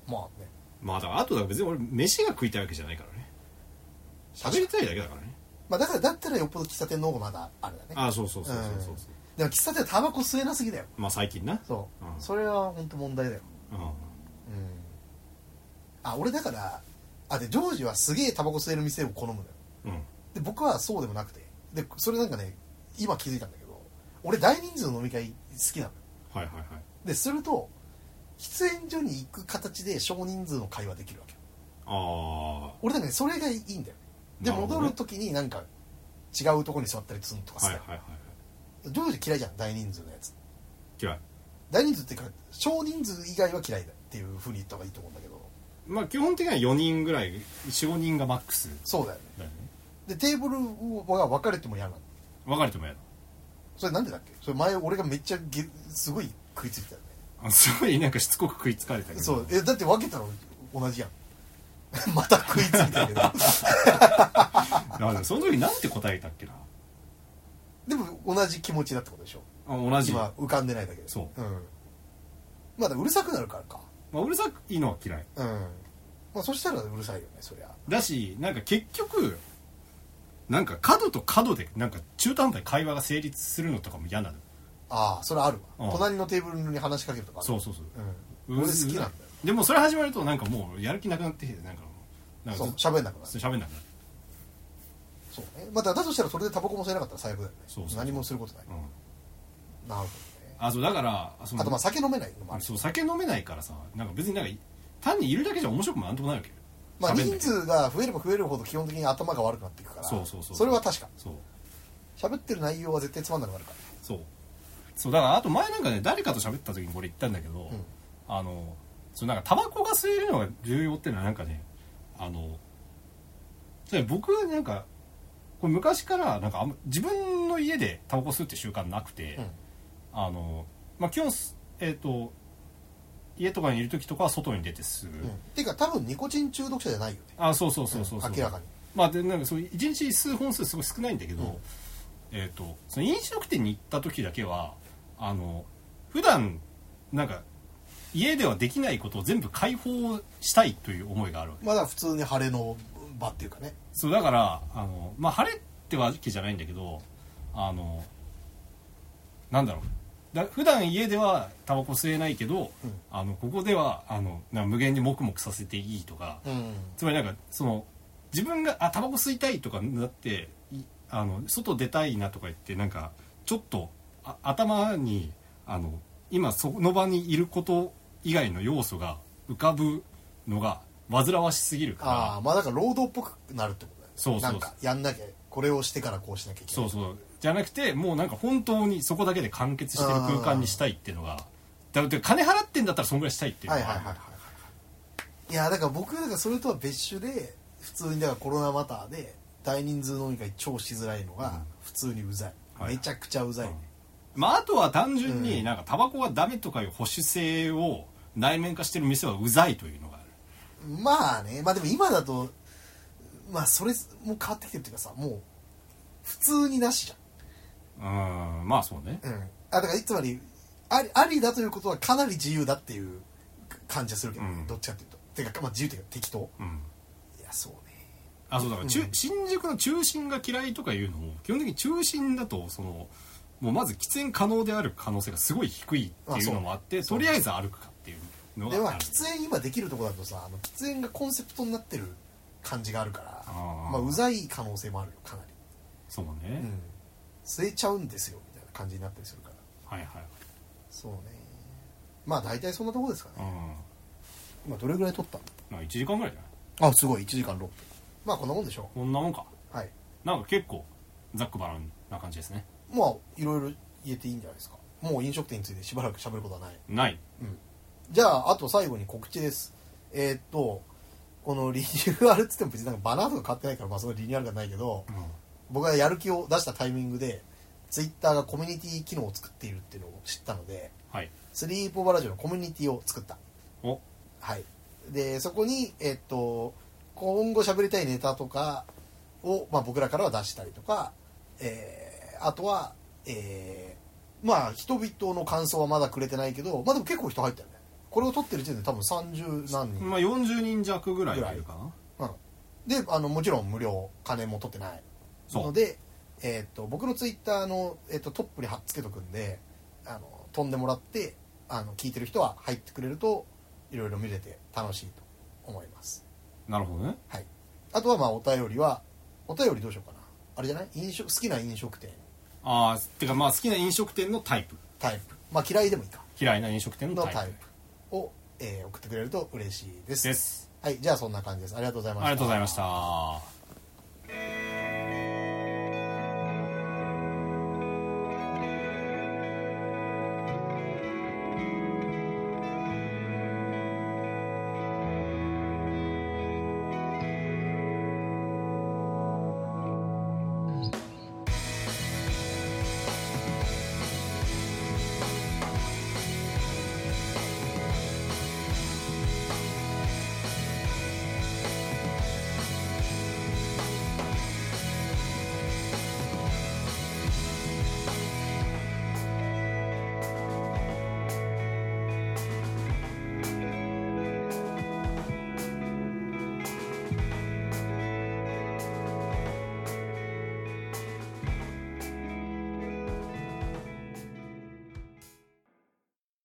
[SPEAKER 2] まあね
[SPEAKER 1] まあだからあとだから別に俺飯が食いたいわけじゃないからね喋りたいだけだからね
[SPEAKER 2] まあだからだったらよっぽど喫茶店の方がまだあれだね
[SPEAKER 1] ああそうそうそうそうそうそう
[SPEAKER 2] でも喫茶店はタバコ吸えなすぎだよ
[SPEAKER 1] まあ最近な
[SPEAKER 2] そう、
[SPEAKER 1] うん
[SPEAKER 2] それは本当問題だよ
[SPEAKER 1] うん
[SPEAKER 2] うんあ俺だからあでジョージはすげえタバコ吸える店を好むのよ
[SPEAKER 1] うん
[SPEAKER 2] で僕はそうでもなくてでそれなんかね今気づいたんだけど俺大人数の飲み会好きなのよ
[SPEAKER 1] はいはいはい
[SPEAKER 2] ですると喫煙所に行く形で少人数の会話できるわけよ
[SPEAKER 1] あ
[SPEAKER 2] 俺だからねそれがいいんだよねで
[SPEAKER 1] なるほど
[SPEAKER 2] 戻
[SPEAKER 1] ね
[SPEAKER 2] る時になんか違うとこに座ったりするのとか
[SPEAKER 1] あは
[SPEAKER 2] さ、
[SPEAKER 1] いはいはいはい
[SPEAKER 2] ジョージ嫌いじゃん大人数のやつ
[SPEAKER 1] 嫌い
[SPEAKER 2] 大人数っていうか少人数以外は嫌いだっていうふうに言った方がいいと思うんだけど
[SPEAKER 1] まあ基本的には4人ぐらい45人がマックス
[SPEAKER 2] そうだよね
[SPEAKER 1] だよね
[SPEAKER 2] でテーブルが分かれても嫌なの
[SPEAKER 1] 別れてもやだ
[SPEAKER 2] それなんでだっけそれ前俺がめっちゃげすごい食いついてたよ
[SPEAKER 1] あすごいなんかしつこく食いつかれたけ
[SPEAKER 2] ね
[SPEAKER 1] ど
[SPEAKER 2] そうえだって分けたら同じやん また食いつい たけど
[SPEAKER 1] あでもその時なんて答えたっけな
[SPEAKER 2] でも同じ気持ちだってことでしょ
[SPEAKER 1] あ同じ、
[SPEAKER 2] 今浮かんでないだけで
[SPEAKER 1] そ
[SPEAKER 2] うん、まあだからうるさくなるからか
[SPEAKER 1] まあ、うるさくいいのは嫌い
[SPEAKER 2] うんまあそしたらうるさいよねそりゃ
[SPEAKER 1] だしなんか結局なんか角と角でなんか中途半端に会話が成立するのとかも嫌なの
[SPEAKER 2] ああそれあるわ、
[SPEAKER 1] うん
[SPEAKER 2] 隣のテーブルに話しかけるとかある
[SPEAKER 1] そうそうそう、
[SPEAKER 2] うん、俺好きなんだよ
[SPEAKER 1] でもそれ始まるとなんかもうやる気なくなってきてなんかもうなんか
[SPEAKER 2] そう
[SPEAKER 1] ずっ
[SPEAKER 2] 喋んなくなる
[SPEAKER 1] と喋んなくなる
[SPEAKER 2] そうねまあだだとしたらそれでタバコも吸えなかったら最悪だよね
[SPEAKER 1] そうそうそう
[SPEAKER 2] 何もすることない、
[SPEAKER 1] うん
[SPEAKER 2] なるほどね
[SPEAKER 1] あそうだからその
[SPEAKER 2] あとまあ酒飲めないのもあるし
[SPEAKER 1] そう酒飲めないからさなんか別になんか単にいるだけじゃ面白くもなんともないわけ
[SPEAKER 2] まあ
[SPEAKER 1] 喋んな
[SPEAKER 2] 人
[SPEAKER 1] いけど
[SPEAKER 2] 数が増えれば増えるほど基本的に頭が悪くなっていくから
[SPEAKER 1] そうそうそう
[SPEAKER 2] それは確か
[SPEAKER 1] そう
[SPEAKER 2] 喋ってる内容は絶対つまんなくなるか
[SPEAKER 1] そうそうだからあと前なんかね誰かと喋った時にこれ言ったんだけど、
[SPEAKER 2] ら、うん、
[SPEAKER 1] あのそうなんかタバコが吸えるのが重要っていうのはなんかねあのそれ僕はなんかこれ昔からなんかあんま自分の家でタバコ吸うって習慣なくて、
[SPEAKER 2] うん
[SPEAKER 1] あの、まあ、基本すえっ、と家とかにいる時とかは外に出て吸う、
[SPEAKER 2] うん、ていうか多分ニコチン中毒者じゃないよね
[SPEAKER 1] あそうそうそうそうそう、
[SPEAKER 2] ん明らかに
[SPEAKER 1] まあでなんかそう一日数本数すごい少ないんだけど、
[SPEAKER 2] うん
[SPEAKER 1] えっ、とその飲食店に行った時だけはあの普段なんか家ではできないことを全部解放したいという思いがあるわけ
[SPEAKER 2] まだ普通に晴れの場っていうかね
[SPEAKER 1] そうだからあのまあ晴れってわけじゃないんだけどあのなんだろうだ普段家ではタバコ吸えないけど、
[SPEAKER 2] うん
[SPEAKER 1] あのここではあのなんか無限に黙々させていいとか、
[SPEAKER 2] うん
[SPEAKER 1] つまりなんかその自分があタバコ吸いたいとかになっていあの外出たいなとか言ってなんかちょっとあ頭にあの今その場にいること以外の要素が浮かぶのが煩わしすぎる
[SPEAKER 2] あ
[SPEAKER 1] から
[SPEAKER 2] あまあだから労働っぽくなるってことだよね
[SPEAKER 1] そうそうそう
[SPEAKER 2] なんかやんなきゃこれをしてからこうしなきゃいけない
[SPEAKER 1] そうそうじゃなくてもうなんか本当にそこだけで完結してる空間にしたいっていうのがだって金払ってんだったらそんぐらいしたいっていう
[SPEAKER 2] は
[SPEAKER 1] の
[SPEAKER 2] いはい
[SPEAKER 1] が
[SPEAKER 2] はいはいはいいやだから僕だからそれとは別種で普通にだからコロナマターで大人数飲み会超しづらいの
[SPEAKER 1] うん
[SPEAKER 2] が普通にうざい、
[SPEAKER 1] はい
[SPEAKER 2] めちゃくちゃうざいね、
[SPEAKER 1] まあ、あとは単純
[SPEAKER 2] う
[SPEAKER 1] に
[SPEAKER 2] ん
[SPEAKER 1] なんかタバコがダメとかいう保守性を内面化してる店はうざいというのがある
[SPEAKER 2] まあねまあでも今だとまあそれも変わってきてるっていうかさもう普通になしじ
[SPEAKER 1] うーんまあそうね
[SPEAKER 2] ゃん、うん、あだからつまりありありだということはかなり自由だっていう感じがするけど、ね
[SPEAKER 1] うん
[SPEAKER 2] どっちかっていうとてかまあ自由っていうか適当
[SPEAKER 1] うん
[SPEAKER 2] いやそうね
[SPEAKER 1] あそうだから、中
[SPEAKER 2] うん
[SPEAKER 1] 新宿の中心が嫌いとかいうのも基本的に中心だとそのもうまず喫煙可能である可能性がすごい低いっていうのもあって
[SPEAKER 2] あそう
[SPEAKER 1] とりあえず歩くかっていうの
[SPEAKER 2] で
[SPEAKER 1] があ
[SPEAKER 2] は
[SPEAKER 1] る
[SPEAKER 2] 喫煙今できるとこだとさあの喫煙がコンセプトになってる感じがあるから
[SPEAKER 1] あー
[SPEAKER 2] まあ、うざい可能性もあるよかな
[SPEAKER 1] そう
[SPEAKER 2] り、う
[SPEAKER 1] ね、
[SPEAKER 2] ん、吸えちゃうんですよみたいな感じになったりするから
[SPEAKER 1] はいはい
[SPEAKER 2] そうねまあ大体そんなとこですか
[SPEAKER 1] う
[SPEAKER 2] ね
[SPEAKER 1] ん
[SPEAKER 2] 今どれぐらい取った
[SPEAKER 1] まあ1時間ぐらいじゃない
[SPEAKER 2] のあすごい1時間6分まあこんなもんでしょ
[SPEAKER 1] こんなもんか
[SPEAKER 2] うはい
[SPEAKER 1] なんか結構ざっくばらんな感じですね
[SPEAKER 2] まあいろいろ言えていいんじゃないですかもう飲食店についてしばらく喋ることはない
[SPEAKER 1] ない
[SPEAKER 2] じゃああと最後に告知ですえーっとこの リニューアルっつっても別になんかバナーとか買ってないからまあそのリニューアルがないけど、
[SPEAKER 1] うん
[SPEAKER 2] 僕がやる気を出したタイミングでツイッターがコミュニティ機能を作っているっていうのを知ったので
[SPEAKER 1] はい
[SPEAKER 2] スリーポーバラジオのコミュニティを作った
[SPEAKER 1] お
[SPEAKER 2] はいでそこにえっと今後喋りたいネタとかを、まあ、僕らからは出したりとか、えーあとはえーまあ人々の感想はまだくれてないけどまあでも結構人入ったよねこれを撮ってる時点で多分30何人
[SPEAKER 1] まあ40人弱ぐらいいるかな
[SPEAKER 2] であのもちろん無料金も取ってない
[SPEAKER 1] そう
[SPEAKER 2] ので、えー、と僕のツイッターの、えー、とトップに貼っつけとくんであの飛んでもらってあの聞いてる人は入ってくれるといろいろ見れて楽しいと思います
[SPEAKER 1] なるほどね
[SPEAKER 2] はいあとはまあお便りはお便りどうしようかなあれじゃない飲食好きな飲食店
[SPEAKER 1] ああてかまあ好きな飲食店のタイプ
[SPEAKER 2] タイプまあ嫌いでもいいか
[SPEAKER 1] 嫌いな飲食店の
[SPEAKER 2] の
[SPEAKER 1] タイプ
[SPEAKER 2] タイプを、えー送ってくれると嬉しいです
[SPEAKER 1] です
[SPEAKER 2] はいじゃあそんな感じですありがとうございました
[SPEAKER 1] ありがとうございました